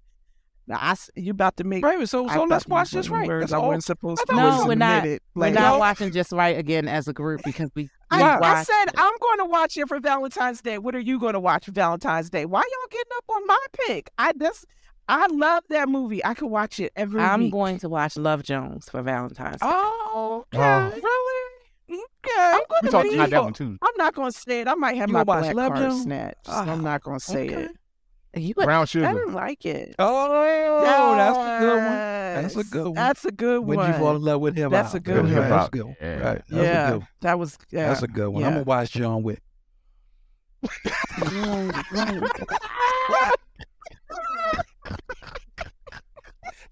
Speaker 1: Now, I s- you about to make.
Speaker 3: Right, so
Speaker 1: I
Speaker 3: so let's
Speaker 1: thought you
Speaker 3: watch
Speaker 1: were
Speaker 3: this
Speaker 1: putting
Speaker 3: right.
Speaker 1: Words
Speaker 3: That's
Speaker 1: I
Speaker 3: all.
Speaker 1: wasn't supposed
Speaker 3: I
Speaker 1: to.
Speaker 3: thought we
Speaker 1: use
Speaker 2: was-
Speaker 1: in a
Speaker 2: We're not-
Speaker 1: minute.
Speaker 2: We're
Speaker 1: Like-
Speaker 2: not
Speaker 3: no.
Speaker 2: watching just right again as a group because we.
Speaker 1: I,
Speaker 2: we
Speaker 1: I
Speaker 2: watched
Speaker 1: said
Speaker 2: it.
Speaker 1: I'm going to watch it for Valentine's Day. What are you going to watch for Valentine's Day? Why y'all getting up on my pick? I just I love that movie. I could watch it every
Speaker 2: I'm
Speaker 1: week.
Speaker 2: going to watch Love Jones for Valentine's. Day.
Speaker 1: Oh, okay.
Speaker 3: Oh.
Speaker 1: really? Okay.
Speaker 4: We
Speaker 1: I'm going
Speaker 4: talked
Speaker 1: to
Speaker 4: about that one too.
Speaker 1: I'm not going to say it. I might have
Speaker 3: You
Speaker 1: my
Speaker 3: gonna watch
Speaker 1: black
Speaker 3: Love
Speaker 1: card
Speaker 3: Jones?
Speaker 1: snatched. so
Speaker 3: Ah,
Speaker 1: I'm not going to say
Speaker 3: okay.
Speaker 1: it.
Speaker 2: you would-
Speaker 4: Brown
Speaker 1: I
Speaker 4: sugar.
Speaker 1: didn't like it.
Speaker 3: Oh, that's a good one.
Speaker 1: Yes,
Speaker 3: That's a good one.
Speaker 1: That's a good
Speaker 3: When
Speaker 1: one.
Speaker 3: you fall in love with hip hop.
Speaker 1: That's a good
Speaker 4: one.
Speaker 3: That's a good one.
Speaker 4: Yeah.
Speaker 3: Right. That's
Speaker 1: yeah,
Speaker 3: a good one.
Speaker 1: that was yeah.
Speaker 3: That's a good one. I'm
Speaker 1: Yeah.
Speaker 3: gonna watch John Wick.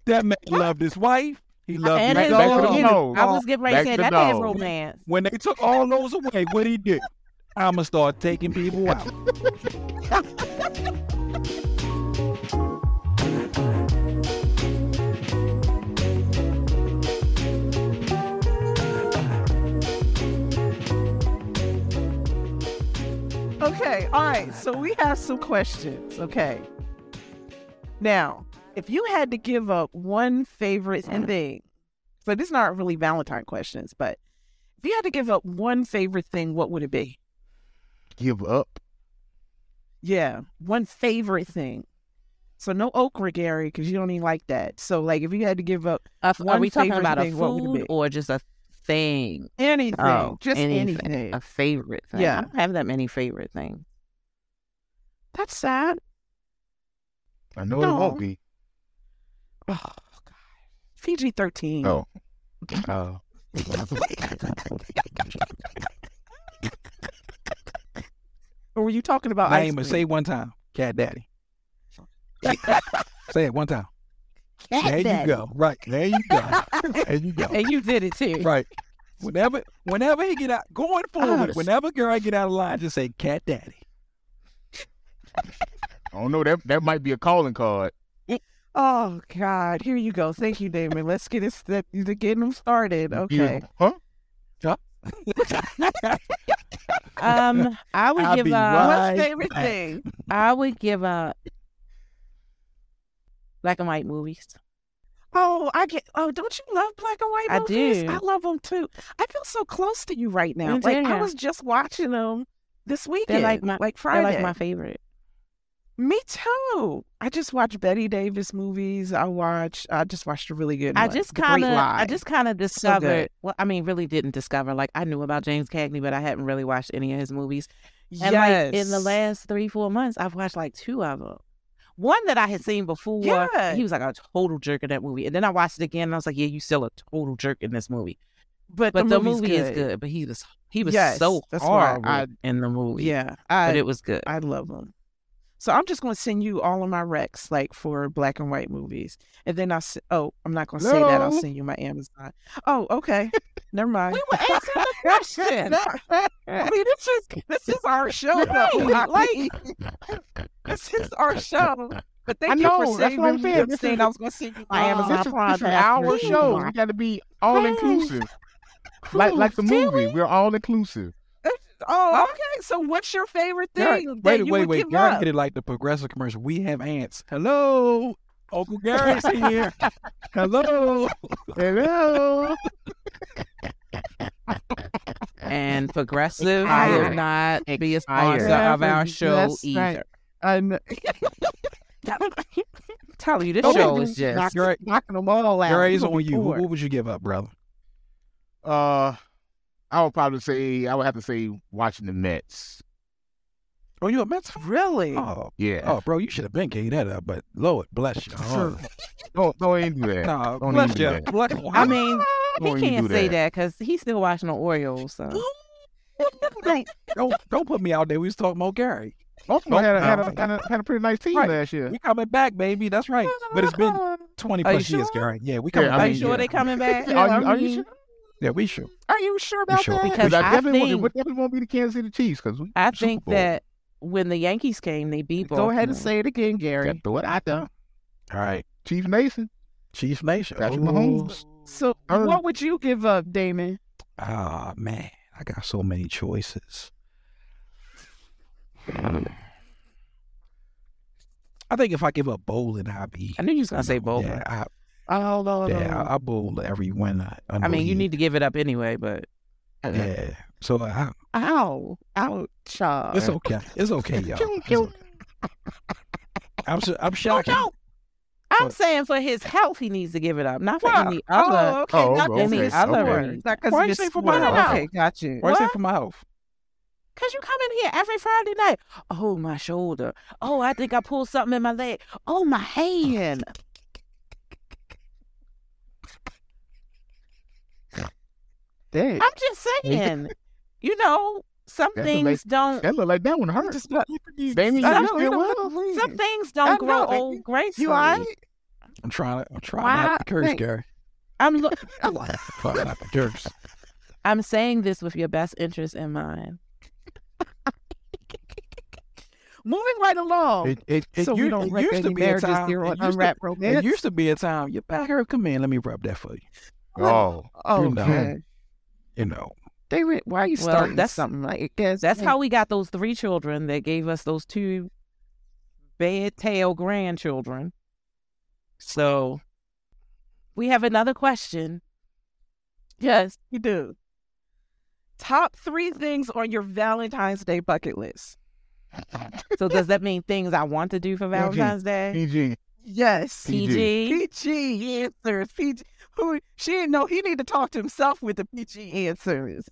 Speaker 3: That man loved his wife. He loved
Speaker 2: And
Speaker 3: his
Speaker 2: his
Speaker 4: Back to
Speaker 3: dog.
Speaker 4: the
Speaker 2: dog.
Speaker 4: dog.
Speaker 2: I was getting ready to
Speaker 4: Back
Speaker 2: say
Speaker 4: to
Speaker 2: that ain't
Speaker 4: dog.
Speaker 2: romance.
Speaker 3: When they took all those away, what he do? I'ma start taking people out.
Speaker 1: Okay, all right. So we have some questions. Okay. Now, if you had to give up one favorite thing, so these aren't really Valentine questions, but if you had to give up one favorite thing, what would it be?
Speaker 4: Give up.
Speaker 1: Yeah, one favorite thing. So no okra, Gary, because you don't even like that. So like, if you had to give up
Speaker 2: A f- are
Speaker 1: One
Speaker 2: we talking
Speaker 1: favorite
Speaker 2: about a
Speaker 1: thing, what would it
Speaker 2: food
Speaker 1: be?
Speaker 2: or just a thing?
Speaker 1: anything,
Speaker 2: Oh,
Speaker 1: just anything.
Speaker 2: A favorite thing.
Speaker 1: Yeah.
Speaker 2: I don't have that many favorite things.
Speaker 1: that's sad.
Speaker 4: I know it
Speaker 1: No.
Speaker 4: won't be.
Speaker 1: Oh God, Fiji thirteen.
Speaker 4: Oh. Oh.
Speaker 1: Or were you talking about Oh, ice
Speaker 3: Name it.
Speaker 1: cream?
Speaker 3: Say one time. Cat Daddy. say it one time. there you go. Right. There you go. there you go.
Speaker 1: and you did it too.
Speaker 3: Right. Whenever whenever he get out going forward,
Speaker 1: Oh.
Speaker 2: this-
Speaker 3: whenever girl get out of line, just say cat daddy.
Speaker 4: I don't know. That that might be a calling card.
Speaker 1: Oh God, here you go. Thank you, Damon. Let's get this th- to getting them started. Okay.
Speaker 4: Yeah. Huh?
Speaker 2: Um, I would
Speaker 3: I'll
Speaker 2: give
Speaker 3: be
Speaker 2: a.
Speaker 3: right
Speaker 1: What's favorite
Speaker 3: back.
Speaker 1: thing?
Speaker 2: I would give a black and white movies.
Speaker 1: Oh, I get. Oh, don't you love black and white
Speaker 2: I
Speaker 1: movies?
Speaker 2: do.
Speaker 1: I love them too. I feel so close to you right now.
Speaker 2: Me
Speaker 1: like I
Speaker 2: too.
Speaker 1: was just watching them this weekend.
Speaker 2: like my-
Speaker 1: Friday.
Speaker 2: They're like my favorite.
Speaker 1: Me too. I just watched Betty Davis movies. I watched. I just watched a really good.
Speaker 2: I
Speaker 1: one,
Speaker 2: just
Speaker 1: The Great
Speaker 2: kind of, I
Speaker 1: Lie.
Speaker 2: just kind of discovered. well, I mean, really didn't discover. Like I knew about James Cagney, but I hadn't really watched any of his movies. And
Speaker 1: yes.
Speaker 2: like in the last three, four months, I've watched like two of them. One that I had seen before.
Speaker 1: Yeah.
Speaker 2: He was like a total jerk in that movie, and then I watched it again, and I was like, "Yeah, you still a total jerk in this movie."
Speaker 1: but,
Speaker 2: But
Speaker 1: the,
Speaker 2: the,
Speaker 1: movie's
Speaker 2: movie is good. But he was he was
Speaker 1: Yes,
Speaker 2: so
Speaker 1: that's why
Speaker 2: hard
Speaker 1: I-
Speaker 2: in the movie.
Speaker 1: Yeah,
Speaker 2: but
Speaker 1: I
Speaker 2: it was good.
Speaker 1: I love them. So I'm just gonna send you all of my recs, like for black and white movies, and then I'll. s oh, I'm not gonna say that. I'll
Speaker 4: No.
Speaker 1: send you my Amazon. Oh, okay. Never mind.
Speaker 2: We were asking the question.
Speaker 1: I mean, this is this is our show, though.
Speaker 2: Right.
Speaker 1: Like this is our show. But thank
Speaker 4: I
Speaker 1: you
Speaker 4: know,
Speaker 1: for
Speaker 4: that's
Speaker 1: saying,
Speaker 4: what I'm saying. This
Speaker 1: saying
Speaker 4: is-
Speaker 1: I was gonna send you my
Speaker 2: Oh,
Speaker 1: Amazon
Speaker 4: this is,
Speaker 1: Prime
Speaker 4: this is
Speaker 1: pass
Speaker 4: our
Speaker 1: for
Speaker 4: show.
Speaker 1: you.
Speaker 4: We got to be all inclusive, like like the
Speaker 1: Did
Speaker 4: movie. We're all inclusive.
Speaker 1: Oh, okay. So what's your favorite thing?
Speaker 3: Y'all-
Speaker 1: that
Speaker 3: wait,
Speaker 1: you
Speaker 3: wait,
Speaker 1: would
Speaker 3: wait.
Speaker 1: give
Speaker 3: Y'all
Speaker 1: up?
Speaker 3: get it like the progressive commercial. We have ants. Hello. Uncle Gary's here. Hello.
Speaker 4: Hello.
Speaker 2: and progressive will
Speaker 4: Expired.
Speaker 2: not be a
Speaker 4: Expired.
Speaker 2: sponsor of our
Speaker 1: That's
Speaker 2: show
Speaker 1: right.
Speaker 2: either.
Speaker 1: I'm
Speaker 2: Telling you, this
Speaker 4: Oh,
Speaker 2: show
Speaker 4: we
Speaker 2: is
Speaker 4: do
Speaker 2: just
Speaker 4: You're right.
Speaker 1: knocking them all out.
Speaker 3: Gary's
Speaker 1: People
Speaker 3: on you. What,
Speaker 1: bored.
Speaker 3: what would you give up, brother?
Speaker 4: Uh, I would probably say I would have to say watching the Mets.
Speaker 3: Oh, you a Mets fan?
Speaker 1: Really?
Speaker 3: Oh,
Speaker 4: Yeah.
Speaker 3: oh, bro, you should have been gave that up, but Lord bless you. Oh,
Speaker 4: Don't don't even do that.
Speaker 3: nah,
Speaker 4: Don't
Speaker 3: bless
Speaker 4: even do
Speaker 3: you.
Speaker 4: that.
Speaker 3: Bless
Speaker 2: I mean, he
Speaker 4: Don't even
Speaker 2: can't
Speaker 4: do
Speaker 2: say
Speaker 4: that.
Speaker 2: that because he's still watching the Orioles. So.
Speaker 3: don't, don't put me out there. We was talking about Gary.
Speaker 4: Baltimore had a, had,
Speaker 3: No.
Speaker 4: a, had, a, had a pretty nice team
Speaker 3: Right.
Speaker 4: last year.
Speaker 3: We coming back, baby. That's right. But it's been 20
Speaker 2: Are you
Speaker 3: plus years,
Speaker 2: sure?
Speaker 3: Gary. Yeah, we
Speaker 4: Yeah,
Speaker 3: coming
Speaker 4: I
Speaker 3: back.
Speaker 4: mean,
Speaker 2: you sure
Speaker 4: yeah.
Speaker 2: they coming back?
Speaker 4: Are you, are
Speaker 2: I
Speaker 4: you
Speaker 2: mean,
Speaker 4: sure?
Speaker 3: Yeah, we sure.
Speaker 1: Are you sure
Speaker 3: You
Speaker 1: about
Speaker 3: sure?
Speaker 1: that?
Speaker 2: Because
Speaker 4: I
Speaker 2: I
Speaker 4: definitely won't, it
Speaker 2: think-
Speaker 4: would- definitely won't be the Kansas City Chiefs because we
Speaker 2: I
Speaker 4: Super
Speaker 2: think
Speaker 4: Bowl.
Speaker 2: that when the Yankees came, they beat
Speaker 1: Go
Speaker 2: Baltimore.
Speaker 1: ahead and say it again,
Speaker 4: Got to
Speaker 1: Gary.
Speaker 4: throw it out there.
Speaker 3: All right.
Speaker 4: Chief Nation.
Speaker 3: Chiefs Nation.
Speaker 4: Patrick Mahomes.
Speaker 1: So,
Speaker 4: Earn.
Speaker 1: what would you give up, Damon?
Speaker 3: Oh, man. I got so many choices. I think if I give up bowling, I'd be.
Speaker 2: I knew you was gonna say Bowling.
Speaker 3: Yeah, I,
Speaker 1: Oh no,
Speaker 3: yeah, I, I bowl every winter.
Speaker 2: I mean, you need to give it up anyway, but
Speaker 3: Yeah. So I,
Speaker 1: ow, ouch, child.
Speaker 3: it's okay. It's okay, y'all.
Speaker 4: Pew,
Speaker 3: It's
Speaker 4: pew.
Speaker 3: okay. I'm, so, I'm shocked.
Speaker 2: I'm
Speaker 3: What?
Speaker 2: saying for his health, he needs to give it up, not for
Speaker 1: Wow.
Speaker 2: any
Speaker 1: Oh,
Speaker 2: other.
Speaker 1: okay.
Speaker 4: Oh,
Speaker 1: not
Speaker 4: okay,
Speaker 1: any
Speaker 2: okay.
Speaker 1: other
Speaker 2: Okay.
Speaker 1: words. Not 'cause
Speaker 3: Why
Speaker 1: of
Speaker 3: you
Speaker 1: your
Speaker 3: say for
Speaker 1: swear.
Speaker 2: my health?
Speaker 1: Okay, got you.
Speaker 3: Where's it
Speaker 2: What?
Speaker 3: for my health?
Speaker 2: Cause you come in here every Friday night. Oh, my shoulder. Oh, I think I pulled something in my leg. Oh, my hand.
Speaker 1: Dang.
Speaker 2: I'm just saying, you know, some
Speaker 4: That's a
Speaker 2: things
Speaker 4: late-
Speaker 2: don't.
Speaker 4: That look like that one hurt.
Speaker 1: Just not-
Speaker 4: Damien,
Speaker 1: I
Speaker 4: you
Speaker 1: know,
Speaker 4: still
Speaker 1: you know
Speaker 4: with
Speaker 1: what?
Speaker 2: Some things
Speaker 1: I
Speaker 2: don't grow
Speaker 1: know, and you-
Speaker 2: old gracefully.
Speaker 1: You alright?
Speaker 3: I'm trying to. I'm trying
Speaker 1: Why?
Speaker 3: not to curse,
Speaker 1: Wait.
Speaker 3: Gary.
Speaker 2: I'm lo-
Speaker 3: I'm trying not to curse.
Speaker 2: I'm saying this with your best interest in mind.
Speaker 1: Moving right along.
Speaker 3: It, it, it,
Speaker 1: Oh. so
Speaker 3: u-
Speaker 1: we don't
Speaker 3: it
Speaker 1: wreck
Speaker 3: used to
Speaker 1: any
Speaker 3: be a
Speaker 1: marriages
Speaker 3: time.
Speaker 1: here
Speaker 3: It
Speaker 1: on
Speaker 3: used, to,
Speaker 1: Unwrapped Romance.
Speaker 3: it used to be a time. Your back hair, come in. Let me rub that for you.
Speaker 4: Oh,
Speaker 1: oh,
Speaker 3: you know.
Speaker 1: okay.
Speaker 3: You know.
Speaker 1: They went, why are you
Speaker 2: Well,
Speaker 1: starting
Speaker 2: that's-
Speaker 1: something like this?
Speaker 2: That's how we got those three children that gave us those two bad tail grandchildren. So we have another question. Yes.
Speaker 1: you do. Top three things on your Valentine's Day bucket list.
Speaker 2: So does that mean things I want to do for Valentine's Day?
Speaker 4: PG.
Speaker 1: Yes.
Speaker 4: PG.
Speaker 2: PG.
Speaker 1: PG answers. PG. Who she didn't know he need to talk to himself with the PG answers.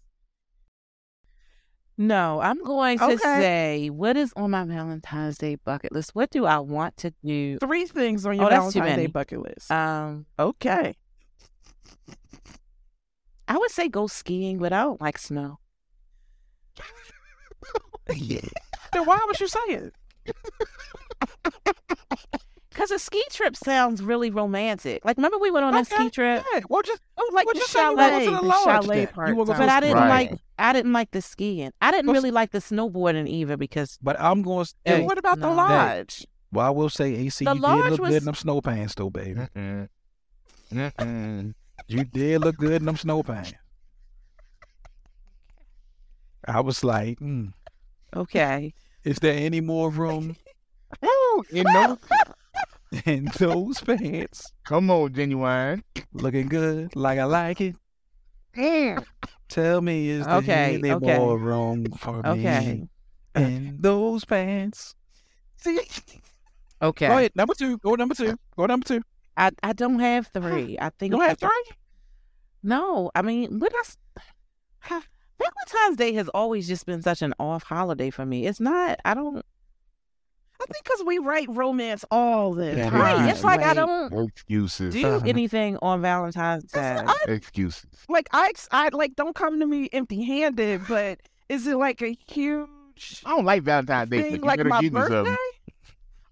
Speaker 2: No, I'm going to
Speaker 1: Okay.
Speaker 2: say what is on my Valentine's Day bucket list. What do I want to do?
Speaker 1: Three things on your
Speaker 2: Oh, that's too
Speaker 1: Valentine's Day
Speaker 2: many.
Speaker 1: bucket list.
Speaker 2: Um,
Speaker 1: Uh, okay.
Speaker 2: I would say go skiing, but I don't like snow.
Speaker 1: Then why would you say it?
Speaker 2: Cause a ski trip sounds really romantic. Like remember we went on
Speaker 3: Okay.
Speaker 2: a ski trip,
Speaker 3: Hey, well, just
Speaker 1: Oh, like
Speaker 3: Well,
Speaker 1: the
Speaker 3: just say you went
Speaker 1: chalet.
Speaker 3: to the
Speaker 1: The
Speaker 3: lodge
Speaker 1: chalet
Speaker 3: then. You
Speaker 1: part.
Speaker 3: were gonna-
Speaker 2: but I didn't
Speaker 4: Right.
Speaker 2: like I didn't like the skiing. I didn't
Speaker 3: Well,
Speaker 2: really like the snowboarding either because
Speaker 3: but I'm going to.
Speaker 1: And what about the
Speaker 2: No.
Speaker 1: lodge?
Speaker 3: well, I will say, AC,
Speaker 2: The
Speaker 3: you did
Speaker 2: large
Speaker 3: look good
Speaker 2: was-
Speaker 3: in them snow pants, though, baby.
Speaker 4: Mm-mm. Mm-mm.
Speaker 3: You did look good in them snow pants. I was like, mm,
Speaker 2: okay,
Speaker 3: is there any more room
Speaker 4: Woo, you know,
Speaker 3: in those pants?
Speaker 4: come on, genuine.
Speaker 3: Looking good, like I like it. Tell me, is there
Speaker 2: Okay,
Speaker 3: any
Speaker 2: okay.
Speaker 3: more room for
Speaker 2: okay,
Speaker 3: me in those pants?
Speaker 1: See,
Speaker 2: okay.
Speaker 3: Go ahead, number two. Go number two. Go number two.
Speaker 2: I I don't have three. I think
Speaker 3: Go
Speaker 2: I
Speaker 3: ahead, three.
Speaker 2: No, I mean, what else? Valentine's Day has always just been such an off holiday for me. It's not. I don't.
Speaker 1: I think because we write romance all the
Speaker 3: Yeah,
Speaker 1: time.
Speaker 2: Right.
Speaker 4: Right.
Speaker 2: It's like I don't
Speaker 4: Excuses.
Speaker 2: do anything on Valentine's Day.
Speaker 1: That's- I,
Speaker 4: Excuses.
Speaker 1: like I, I like don't come to me empty-handed. But is it like a huge
Speaker 4: I don't like Valentine's Day.
Speaker 1: thing
Speaker 4: but you
Speaker 1: like
Speaker 4: better
Speaker 1: my
Speaker 4: give me something.
Speaker 1: birthday?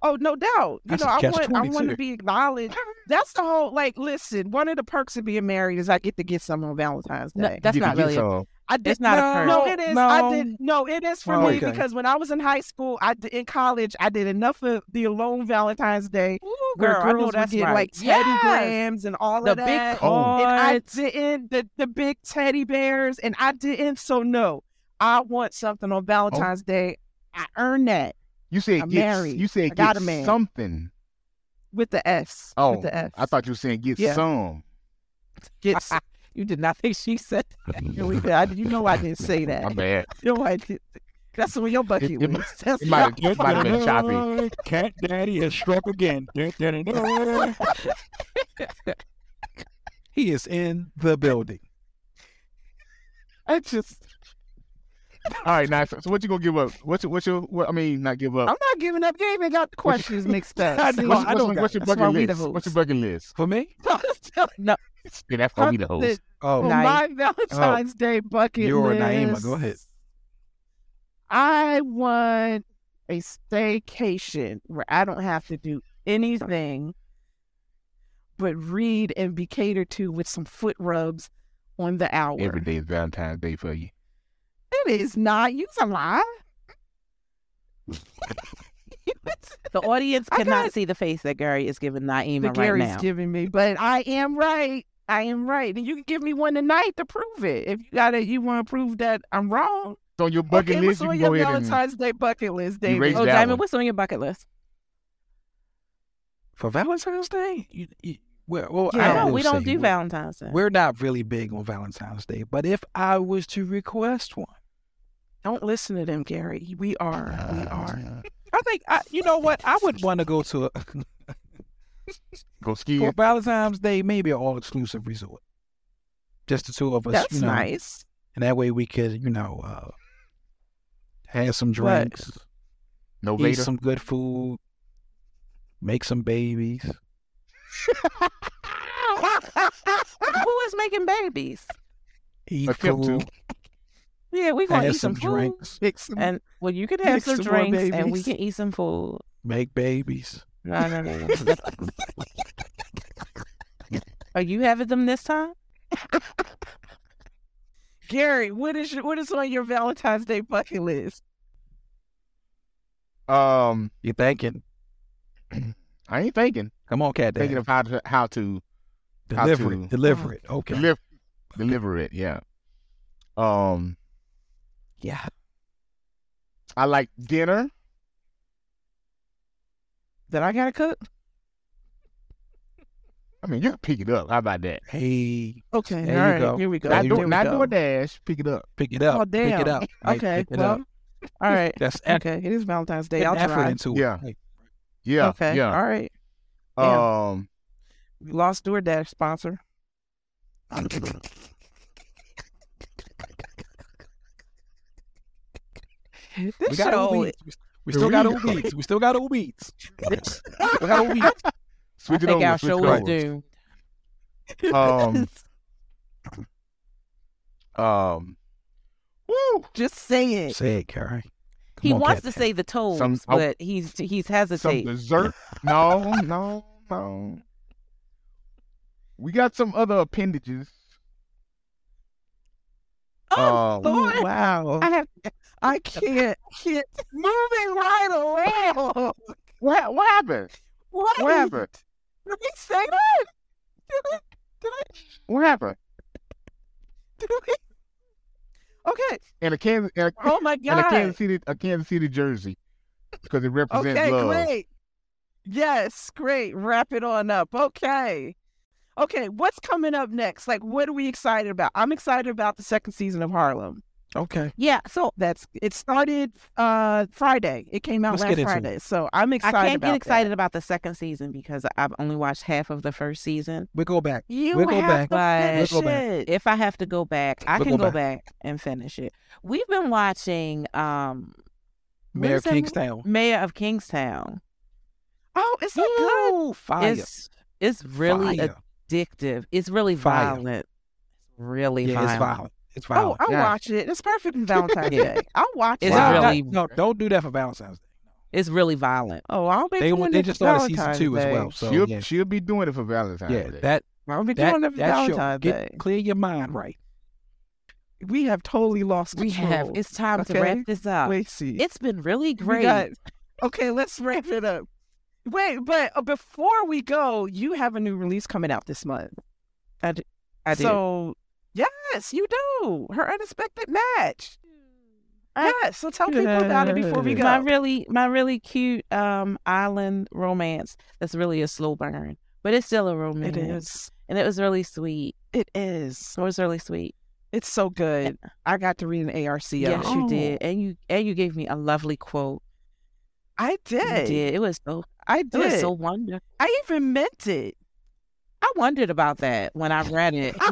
Speaker 1: Oh, no doubt. You
Speaker 3: That's
Speaker 1: know,
Speaker 3: a
Speaker 1: I
Speaker 3: catch
Speaker 1: want I
Speaker 3: 22.
Speaker 1: want to be acknowledged. That's the whole like listen, one of the perks of being married is I get to get some on Valentine's Day.
Speaker 2: No, that's
Speaker 4: You
Speaker 2: not
Speaker 4: can get
Speaker 2: really. A,
Speaker 4: some.
Speaker 1: I did
Speaker 2: it's not a
Speaker 3: No,
Speaker 2: perk.
Speaker 1: no, it is. I
Speaker 3: no.
Speaker 1: did no, it is for
Speaker 3: Well,
Speaker 1: me
Speaker 3: Oh, okay.
Speaker 1: because when I was in high school, I did, in college, I did enough of the alone Valentine's Day.
Speaker 2: Ooh,
Speaker 1: Where
Speaker 2: girl, I
Speaker 1: girls
Speaker 2: know
Speaker 1: would
Speaker 2: that's
Speaker 1: get
Speaker 2: right.
Speaker 1: like teddy
Speaker 2: Yes!
Speaker 1: grams and all
Speaker 2: The
Speaker 1: of that.
Speaker 2: big
Speaker 4: Oh.
Speaker 1: and I
Speaker 2: cards.
Speaker 1: didn't the, the big teddy bears, and I didn't. So no, I want something
Speaker 3: Oh.
Speaker 1: on Valentine's Day. I earned that
Speaker 4: You said
Speaker 1: I'm
Speaker 4: get,
Speaker 1: married.
Speaker 4: You
Speaker 1: I
Speaker 4: said
Speaker 1: got
Speaker 4: get
Speaker 1: a man.
Speaker 4: something.
Speaker 1: with the S.
Speaker 4: Oh,
Speaker 1: with the S.
Speaker 4: I thought you were saying get
Speaker 1: Yeah.
Speaker 4: some.
Speaker 1: Get s- you did not think she said that. You know, I- you know I didn't say that.
Speaker 4: My bad.
Speaker 1: You know I did. That's what your bucket
Speaker 4: It- it
Speaker 1: was. That's
Speaker 4: It
Speaker 1: your-
Speaker 4: might have been choppy.
Speaker 3: Cat Daddy has struck again. he is in the building.
Speaker 1: I just,
Speaker 4: All right, nice. So what you gonna give up? What's your, what's your? What, I mean, not give up.
Speaker 1: I'm not giving up. You ain't even got the questions mixed up.
Speaker 3: I
Speaker 1: See?
Speaker 3: know,
Speaker 4: What's,
Speaker 3: I
Speaker 4: what's,
Speaker 3: don't
Speaker 4: what's your
Speaker 1: got it. That's why
Speaker 4: bucket
Speaker 1: we the
Speaker 4: list? What's your
Speaker 1: hosts.
Speaker 4: bucket list?
Speaker 3: For me?
Speaker 2: No,
Speaker 4: Yeah, that's gonna be the
Speaker 1: The-
Speaker 4: host.
Speaker 3: Oh,
Speaker 1: on
Speaker 2: Nice.
Speaker 1: my
Speaker 4: Oh.
Speaker 1: Valentine's Day bucket
Speaker 3: You're a
Speaker 1: list.
Speaker 3: Naima. Go ahead.
Speaker 1: I want a staycation where I don't have to do anything but read and be catered to with some foot rubs on the hour.
Speaker 4: Every day is Valentine's Day for you.
Speaker 1: It is not. You's a lie.
Speaker 2: the audience
Speaker 1: I
Speaker 2: cannot
Speaker 1: got-
Speaker 2: see the face that Gary is giving Naima
Speaker 1: the
Speaker 2: right
Speaker 1: Gary's
Speaker 2: now.
Speaker 1: giving me, but I am right. I am right, and you can give me one tonight to prove it. If you gotta, you want to prove that I'm wrong.
Speaker 4: It's on your bucket
Speaker 1: okay, what's
Speaker 4: list. You
Speaker 1: on
Speaker 4: can
Speaker 1: your
Speaker 4: go ahead and.
Speaker 1: Valentine's Day bucket list,
Speaker 4: erase
Speaker 1: David?
Speaker 2: oh,
Speaker 4: that
Speaker 2: Diamond,
Speaker 4: one.
Speaker 2: what's on your bucket list?
Speaker 3: For Valentine's Day? You, you, well, well,
Speaker 1: Yeah.
Speaker 3: I
Speaker 2: no,
Speaker 3: will
Speaker 2: we don't
Speaker 3: say
Speaker 2: do
Speaker 3: we-
Speaker 2: Valentine's Day.
Speaker 3: We're not really big on Valentine's Day, but if I was to request one,
Speaker 1: Don't listen to them, Gary. We are, we
Speaker 4: Ah,
Speaker 1: are.
Speaker 3: I think I, you know what I would want to go to a,
Speaker 4: Go skiing.
Speaker 3: for Valentine's Day, maybe an all-exclusive resort, just the two of us.
Speaker 1: That's
Speaker 3: you know,
Speaker 1: nice.
Speaker 3: and that way we could, you know, uh, have some drinks,
Speaker 4: No
Speaker 3: eat
Speaker 4: later.
Speaker 3: some good food, make some babies.
Speaker 2: Who is making babies?
Speaker 3: eat
Speaker 4: Attempt to.
Speaker 3: food,
Speaker 2: Yeah, we gonna
Speaker 3: have
Speaker 2: eat some,
Speaker 3: some
Speaker 2: food.
Speaker 3: drinks,
Speaker 1: Pick some-
Speaker 2: And well, you can have
Speaker 1: Make
Speaker 2: some
Speaker 1: some more
Speaker 2: drinks, and we
Speaker 1: babies.
Speaker 2: can eat some food.
Speaker 3: make babies.
Speaker 2: No, no, no, no. Are you having them this time?
Speaker 1: Gary, what is your, what is on your Valentine's Day bucket list?
Speaker 4: Um,
Speaker 3: You thinking?
Speaker 4: I ain't thinking.
Speaker 3: Come on, cat.
Speaker 4: Thinking
Speaker 3: Dad.
Speaker 4: of how to how to how
Speaker 3: Deliver
Speaker 4: to-
Speaker 3: it. Deliver it. Okay.
Speaker 4: deliver deliver it. Yeah. Um,
Speaker 3: yeah.
Speaker 4: I like dinner.
Speaker 1: That I gotta cook?
Speaker 4: I mean, you can pick it up. How about that?
Speaker 3: Hey,
Speaker 1: Okay,
Speaker 3: There you
Speaker 1: all right,
Speaker 3: go.
Speaker 1: here we go.
Speaker 3: There
Speaker 4: Not,
Speaker 3: you
Speaker 1: There
Speaker 4: do,
Speaker 1: we
Speaker 4: not
Speaker 1: go.
Speaker 4: DoorDash. Pick it up.
Speaker 3: pick it up.
Speaker 1: Oh,
Speaker 3: Pick
Speaker 1: damn.
Speaker 3: it up. Mike,
Speaker 1: Okay,
Speaker 3: Pick it
Speaker 1: well,
Speaker 3: up.
Speaker 2: All right.
Speaker 3: That's effort,
Speaker 1: Okay, it is Valentine's Day. I'll
Speaker 3: putting effort
Speaker 1: try.
Speaker 3: into
Speaker 4: Yeah.
Speaker 3: it. Like,
Speaker 4: Yeah.
Speaker 1: okay,
Speaker 4: Yeah.
Speaker 1: all right.
Speaker 4: Um,
Speaker 1: We lost DoorDash sponsor. This
Speaker 3: we got
Speaker 1: show,
Speaker 3: old
Speaker 1: is-
Speaker 3: beats. We still got old beats. We still got old beats. We got old beats.
Speaker 2: I
Speaker 4: switch it
Speaker 2: think
Speaker 4: over,
Speaker 2: our
Speaker 4: switch
Speaker 2: show
Speaker 4: it
Speaker 2: is
Speaker 4: over.
Speaker 2: doomed.
Speaker 4: Um, um, woo.
Speaker 1: just saying.
Speaker 3: Say it, Carrie. Come
Speaker 2: He
Speaker 3: on,
Speaker 2: wants
Speaker 3: Captain.
Speaker 2: to say the toes,
Speaker 4: Some- oh.
Speaker 2: but he's he's
Speaker 4: Some
Speaker 2: hesitate.
Speaker 4: dessert? No, no, no. We got some other appendages.
Speaker 1: Oh,
Speaker 4: Um,
Speaker 1: Lord.
Speaker 3: Wow.
Speaker 1: I have, I can't get moving right along.
Speaker 4: What what happened?
Speaker 1: What?
Speaker 4: What happened?
Speaker 1: Did we say that? Did we? Did we?
Speaker 4: What happened?
Speaker 1: Did we? Okay.
Speaker 4: And a Kansas and a,
Speaker 1: Oh my
Speaker 4: and a
Speaker 1: God.
Speaker 4: Kansas City a Kansas City jersey because it represents
Speaker 1: Okay,
Speaker 4: love.
Speaker 1: great. Yes, great. Wrap it on up. Okay. Okay, what's coming up next? Like, what are we excited about? I'm excited about the second season of Harlem.
Speaker 3: Okay.
Speaker 2: yeah, so
Speaker 1: That's it started uh Friday. It came out
Speaker 3: Let's get
Speaker 1: last
Speaker 3: into it.
Speaker 1: Friday, so I'm
Speaker 2: I
Speaker 1: excited.
Speaker 2: can't
Speaker 1: about
Speaker 2: get
Speaker 1: that.
Speaker 2: excited about the second season because I've only watched half of the first season.
Speaker 3: We go back.
Speaker 1: You
Speaker 3: We'll go
Speaker 1: have
Speaker 2: back.
Speaker 1: to finish
Speaker 3: We'll go back.
Speaker 1: it.
Speaker 2: If I have to go back, I
Speaker 3: We'll
Speaker 2: can
Speaker 3: go
Speaker 2: go back. and finish it. We've been watching um What
Speaker 3: Mayor
Speaker 2: is that movie?
Speaker 3: Kingstown.
Speaker 2: Mayor of Kingstown.
Speaker 1: Oh, it's so good.
Speaker 3: Ooh, fire.
Speaker 2: It's it's really
Speaker 3: fire.
Speaker 2: addictive. It's really
Speaker 3: Fire.
Speaker 2: violent. Really
Speaker 3: Yeah, it's
Speaker 2: violent.
Speaker 3: violent. It's
Speaker 1: Oh,
Speaker 3: violent.
Speaker 1: I'll
Speaker 4: Yeah.
Speaker 1: watch it. It's perfect in Valentine's
Speaker 2: Yeah.
Speaker 1: Day. I'll watch
Speaker 2: It's
Speaker 1: it.
Speaker 4: Wow.
Speaker 2: really
Speaker 3: No, don't do that for Valentine's Day.
Speaker 2: it's really violent.
Speaker 1: Oh, I'll be
Speaker 3: They
Speaker 1: doing
Speaker 3: they
Speaker 1: it
Speaker 3: just
Speaker 1: for
Speaker 3: started season
Speaker 1: Valentine's
Speaker 3: two as
Speaker 1: Day.
Speaker 3: well. So
Speaker 4: she'll
Speaker 3: yeah,
Speaker 4: she'll be doing it for Valentine's
Speaker 3: yeah,
Speaker 4: Day.
Speaker 3: that
Speaker 1: I'll be
Speaker 3: that
Speaker 1: doing it for
Speaker 3: that show.
Speaker 1: Valentine's
Speaker 3: Get,
Speaker 1: Day.
Speaker 3: clear your mind, right?
Speaker 1: We have totally lost
Speaker 2: We have
Speaker 1: control.
Speaker 2: it's time to
Speaker 1: Okay.
Speaker 2: wrap this up.
Speaker 1: Wait, see.
Speaker 2: It's been really
Speaker 1: We
Speaker 2: great.
Speaker 1: got- okay, let's wrap it up. Wait, but uh, before we go, you have a new release coming out this month.
Speaker 2: I did.
Speaker 1: So, yes, you do. Her unexpected match.
Speaker 2: I-
Speaker 1: yes, so tell people about it before we
Speaker 3: Yeah.
Speaker 1: go.
Speaker 2: my really my really cute um island romance that's really a slow burn. But it's still a romance.
Speaker 1: it is.
Speaker 2: And it was really sweet.
Speaker 1: It is.
Speaker 2: It was really sweet.
Speaker 1: It's so good. I got to read an ARC.
Speaker 2: Yes, you did. And you and you gave me a lovely quote.
Speaker 1: I did.
Speaker 2: You did. It was so
Speaker 1: I
Speaker 2: it was
Speaker 1: did.
Speaker 2: so wonderful.
Speaker 1: I even meant it.
Speaker 2: I wondered about that when I read it. I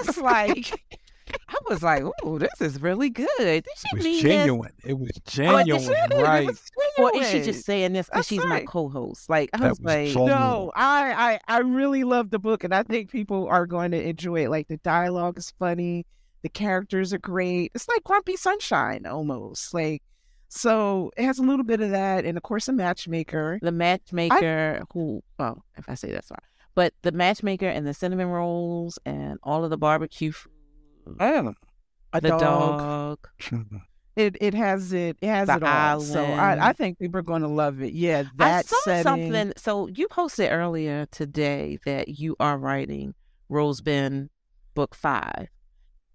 Speaker 2: was like I was like, oh, this is really good. Did
Speaker 3: It
Speaker 2: she
Speaker 3: was
Speaker 2: mean
Speaker 3: genuine. It was genuine, right?
Speaker 2: this? Or is she just saying this
Speaker 1: I'm
Speaker 2: because she's my
Speaker 1: sorry.
Speaker 2: co host? Like I
Speaker 3: That
Speaker 2: was,
Speaker 3: was
Speaker 2: like
Speaker 3: genuine.
Speaker 1: No, I, I I really love the book, and I think people are going to enjoy it. Like the dialogue is funny, the characters are great. It's like Grumpy Sunshine almost. Like so, it has a little bit of that, and of course, a matchmaker.
Speaker 2: the matchmaker who well, if I say that's wrong. But the matchmaker and the cinnamon rolls and all of the barbecue food,
Speaker 1: A
Speaker 2: the
Speaker 1: dog.
Speaker 2: dog.
Speaker 1: It it has it. It has
Speaker 2: The
Speaker 1: it all. So
Speaker 2: island.
Speaker 1: I, I think people are going to love it. Yeah, that
Speaker 2: I saw
Speaker 1: setting.
Speaker 2: something. So you posted earlier today that you are writing Rose Bend Book Five,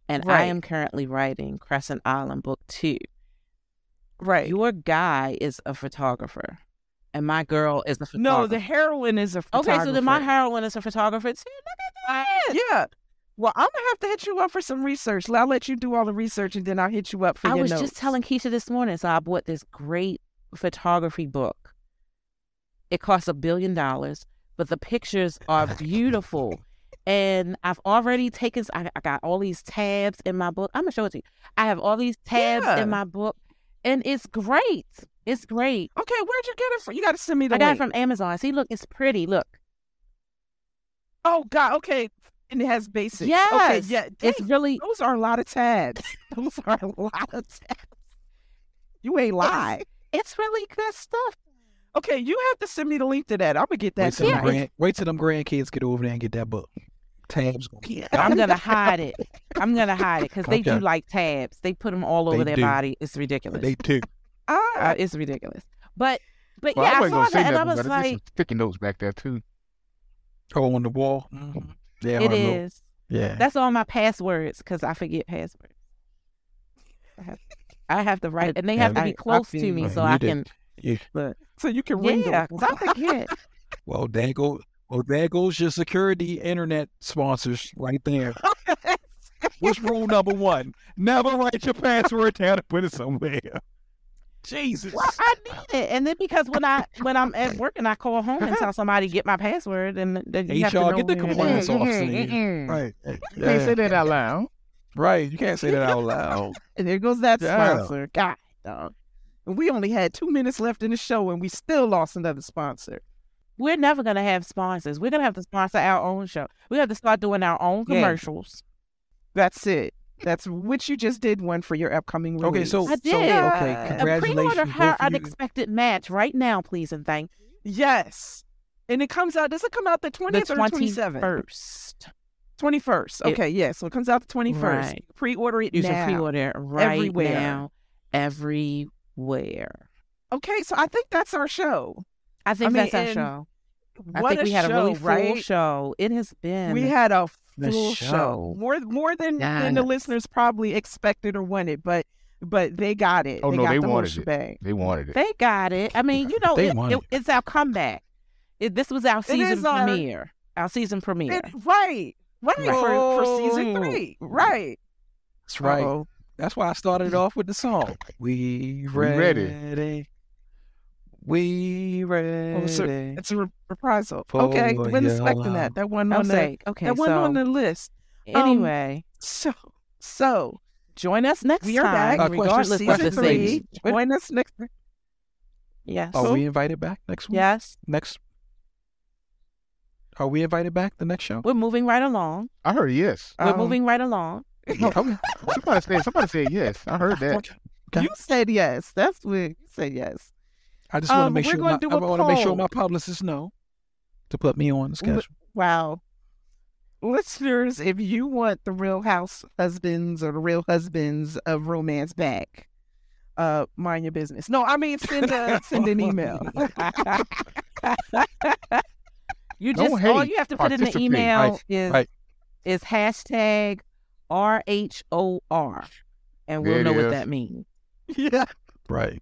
Speaker 2: and I
Speaker 1: Right.
Speaker 2: am currently writing Crescent Island Book Two.
Speaker 1: right?
Speaker 2: Your guy is a photographer, and my girl is a photographer.
Speaker 1: no, the heroine is a
Speaker 2: okay. So then my
Speaker 1: photographer.
Speaker 2: heroine is a photographer too. Look at that.
Speaker 1: Yeah. Well, I'm gonna have to hit you up for some research. I'll let you do all the research, and then I'll hit you up for
Speaker 2: I
Speaker 1: your
Speaker 2: was
Speaker 1: notes.
Speaker 2: just telling Keisha this morning. So I bought this great photography book. It costs a billion dollars, but the pictures
Speaker 1: Oh
Speaker 2: are beautiful. and I've already taken. I, I got all these tabs in my book. I'm gonna show it to you. I have all these tabs
Speaker 1: Yeah.
Speaker 2: in my book, and it's great. It's great.
Speaker 1: Okay, where'd you get it from? You got to send me the
Speaker 2: I got it
Speaker 1: link.
Speaker 2: from Amazon. See, look, it's pretty. Look,
Speaker 1: Oh God. Okay, and it has basics. Okay,
Speaker 2: Yes.
Speaker 1: yeah.
Speaker 2: it's
Speaker 1: dang,
Speaker 2: really
Speaker 1: those are a lot of tabs. those are a lot of tabs. You ain't lie.
Speaker 2: it's really good stuff.
Speaker 1: Okay, you have to send me the link to that. I'm gonna get
Speaker 3: Wait
Speaker 1: that
Speaker 3: till, them
Speaker 1: tonight.
Speaker 3: grand, wait till them grandkids get over there and get that book. Tabs. gonna-
Speaker 2: I'm gonna hide it. I'm gonna hide it because they do
Speaker 3: Okay.
Speaker 2: like tabs. They put them all over
Speaker 3: They
Speaker 2: their
Speaker 3: do.
Speaker 2: body. It's ridiculous.
Speaker 3: They too.
Speaker 2: uh,
Speaker 1: Ah,
Speaker 2: it's ridiculous. But but
Speaker 4: Well,
Speaker 2: yeah,
Speaker 4: I
Speaker 2: I,
Speaker 4: wasn't
Speaker 2: saw
Speaker 4: gonna say
Speaker 2: that and I
Speaker 4: nothing,
Speaker 2: was
Speaker 4: but there's some
Speaker 2: like,
Speaker 4: sticky notes back there too.
Speaker 3: Oh, on the wall. Yeah,
Speaker 2: it
Speaker 3: I know.
Speaker 2: is.
Speaker 3: Yeah.
Speaker 2: That's all my passwords because I forget passwords. I have, I have to write, and they have to
Speaker 3: I-
Speaker 2: be
Speaker 1: I
Speaker 2: close
Speaker 1: feel
Speaker 2: to me
Speaker 3: you.
Speaker 2: so
Speaker 3: You
Speaker 2: I
Speaker 3: did.
Speaker 2: can.
Speaker 1: so you can ring
Speaker 2: Yeah,
Speaker 1: them.
Speaker 2: 'cause I forget.
Speaker 3: Well, there go. Well, there goes your security internet sponsors right there. What's rule number one? Never write your password down and put it somewhere. Jesus.
Speaker 2: Well, I need it, and then because when I when I'm at work and I call home and tell somebody to get my password, and then you have to
Speaker 3: HR,
Speaker 2: know
Speaker 3: get the
Speaker 2: where it is.
Speaker 3: complaints off, Sneed.
Speaker 4: Right.
Speaker 3: Right.
Speaker 4: You can't say that out loud.
Speaker 3: Right. You can't say that out loud.
Speaker 1: And there goes that
Speaker 3: Yeah.
Speaker 1: sponsor. God, dog. And we only had two minutes left in the show, and we still lost another sponsor.
Speaker 2: We're never gonna have sponsors. We're gonna have to sponsor our own show. We have to start doing our own
Speaker 1: Yeah.
Speaker 2: commercials.
Speaker 1: That's it. That's which you just did one for your upcoming release.
Speaker 3: Okay, so,
Speaker 2: I
Speaker 3: so
Speaker 2: did.
Speaker 3: okay,
Speaker 2: A pre-order
Speaker 3: congratulations.
Speaker 2: her
Speaker 3: both of you.
Speaker 2: unexpected match right now, please and thank.
Speaker 1: yes, and it comes out. Does it come out the
Speaker 2: The
Speaker 1: twentieth or twenty
Speaker 2: twenty
Speaker 1: seventh?
Speaker 2: first.
Speaker 1: Twenty first.
Speaker 2: It-
Speaker 1: Okay, yeah. So it comes out the twenty first.
Speaker 2: Right.
Speaker 1: Pre-order it
Speaker 2: You
Speaker 1: now.
Speaker 2: can pre-order it right
Speaker 1: Everywhere.
Speaker 2: now, everywhere.
Speaker 1: Okay, so I think that's our show.
Speaker 2: I think
Speaker 1: mean,
Speaker 2: that's our
Speaker 1: and
Speaker 2: show.
Speaker 1: What
Speaker 2: I think
Speaker 1: a
Speaker 2: we had
Speaker 1: show,
Speaker 2: a really full
Speaker 1: right?
Speaker 2: show. It has been.
Speaker 1: We had a
Speaker 3: The
Speaker 1: full show.
Speaker 3: show.
Speaker 1: more more than, than the
Speaker 2: Yes.
Speaker 1: listeners probably expected or wanted, but but they got it.
Speaker 4: Oh,
Speaker 1: they
Speaker 4: no,
Speaker 1: got
Speaker 4: they
Speaker 1: the whole
Speaker 4: wanted it.
Speaker 1: shebang.
Speaker 4: They wanted it.
Speaker 2: They got it. I mean, you know,
Speaker 3: They
Speaker 2: it,
Speaker 3: won
Speaker 2: it-
Speaker 3: it.
Speaker 2: it's our comeback. It, this was our
Speaker 1: is
Speaker 2: season
Speaker 1: our-
Speaker 2: premiere. Our season premiere.
Speaker 1: It- right, right for, for season
Speaker 2: Oh.
Speaker 1: three, right?
Speaker 3: That's right.
Speaker 1: Uh-oh.
Speaker 3: That's why I started it off with the song. We
Speaker 4: ready.
Speaker 3: We ready.
Speaker 1: Oh, sir, It's a re- reprisal. okay,
Speaker 3: For
Speaker 1: wasn't
Speaker 3: your
Speaker 1: expecting that.
Speaker 3: love.
Speaker 1: That one
Speaker 2: I'm
Speaker 1: on the
Speaker 2: saying, okay,
Speaker 1: that one
Speaker 2: so
Speaker 1: on the list. um,
Speaker 2: anyway,
Speaker 1: So so
Speaker 2: join us next
Speaker 1: we are
Speaker 2: time,
Speaker 1: back
Speaker 3: Uh, question-
Speaker 2: regardless
Speaker 1: for
Speaker 2: of
Speaker 1: season
Speaker 2: the
Speaker 3: question three. Oh.
Speaker 1: three.
Speaker 2: season.
Speaker 3: Wait.
Speaker 1: Join us next.
Speaker 2: Yes.
Speaker 3: Are we invited back next week?
Speaker 2: yes.
Speaker 3: Next. Are we invited back the next show?
Speaker 2: We're moving right along.
Speaker 4: I heard yes.
Speaker 2: We're
Speaker 1: Um,
Speaker 2: moving right along.
Speaker 3: Okay.
Speaker 4: Somebody said somebody said yes. I heard that.
Speaker 3: Okay.
Speaker 1: You said yes. That's when you said yes.
Speaker 3: I just want to
Speaker 1: Um,
Speaker 3: make
Speaker 1: we're
Speaker 3: sure.
Speaker 1: gonna
Speaker 3: My,
Speaker 1: do
Speaker 3: I
Speaker 1: a
Speaker 3: want to make sure
Speaker 1: poll.
Speaker 3: my publicists know to put me on the schedule.
Speaker 1: Wow. Listeners, if you want the real house husbands or the real husbands of romance back, uh, mind your business. No, I mean send a, send an email.
Speaker 2: You
Speaker 4: Don't
Speaker 2: just all
Speaker 4: hate,
Speaker 2: you have to put in the
Speaker 4: participate.
Speaker 2: email
Speaker 3: Right,
Speaker 2: is
Speaker 3: right.
Speaker 2: is hashtag R H O R, and we'll
Speaker 4: There it
Speaker 2: know what
Speaker 4: is.
Speaker 2: that means.
Speaker 1: yeah,
Speaker 3: Right.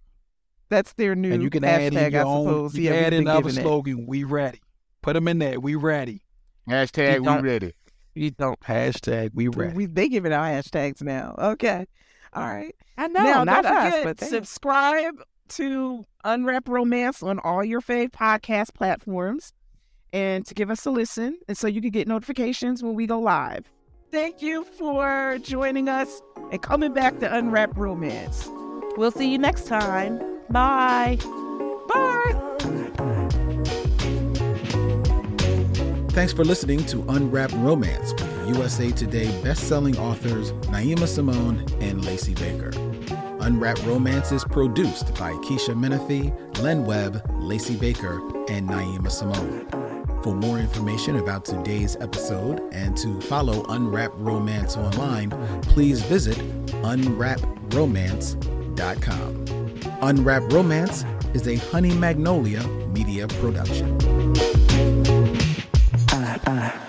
Speaker 1: that's their new
Speaker 3: And you can
Speaker 1: hashtag.
Speaker 3: add in your
Speaker 1: I
Speaker 3: own.
Speaker 1: suppose.
Speaker 3: You
Speaker 1: yeah,
Speaker 3: can
Speaker 1: we've
Speaker 3: add
Speaker 1: been
Speaker 3: in our
Speaker 1: giving it.
Speaker 3: slogan. We ready. Put them in there. We ready.
Speaker 4: Hashtag
Speaker 2: You
Speaker 4: we
Speaker 2: don't-
Speaker 4: ready.
Speaker 2: You don't.
Speaker 3: Hashtag we ready.
Speaker 1: We, they giving out hashtags now. Okay, all right.
Speaker 2: I know.
Speaker 1: now,
Speaker 2: not
Speaker 1: don't
Speaker 2: us,
Speaker 1: forget,
Speaker 2: but they-
Speaker 1: subscribe to Unwrap Romance on all your fave podcast platforms and to give us a listen. And so you can get notifications when we go live. Thank you for joining us and coming back to Unwrap Romance.
Speaker 2: We'll see you next time. Bye.
Speaker 1: Bye.
Speaker 5: Thanks for listening to Unwrap Romance with USA Today best-selling authors Naima Simone and Lacey Baker. Unwrap Romance is produced by Keisha Menefee, Len Webb, Lacey Baker, and Naima Simone. For more information about today's episode and to follow Unwrap Romance online, please visit unwrapromance.com. Unwrap Romance is a Honey Magnolia media production.
Speaker 6: uh, uh.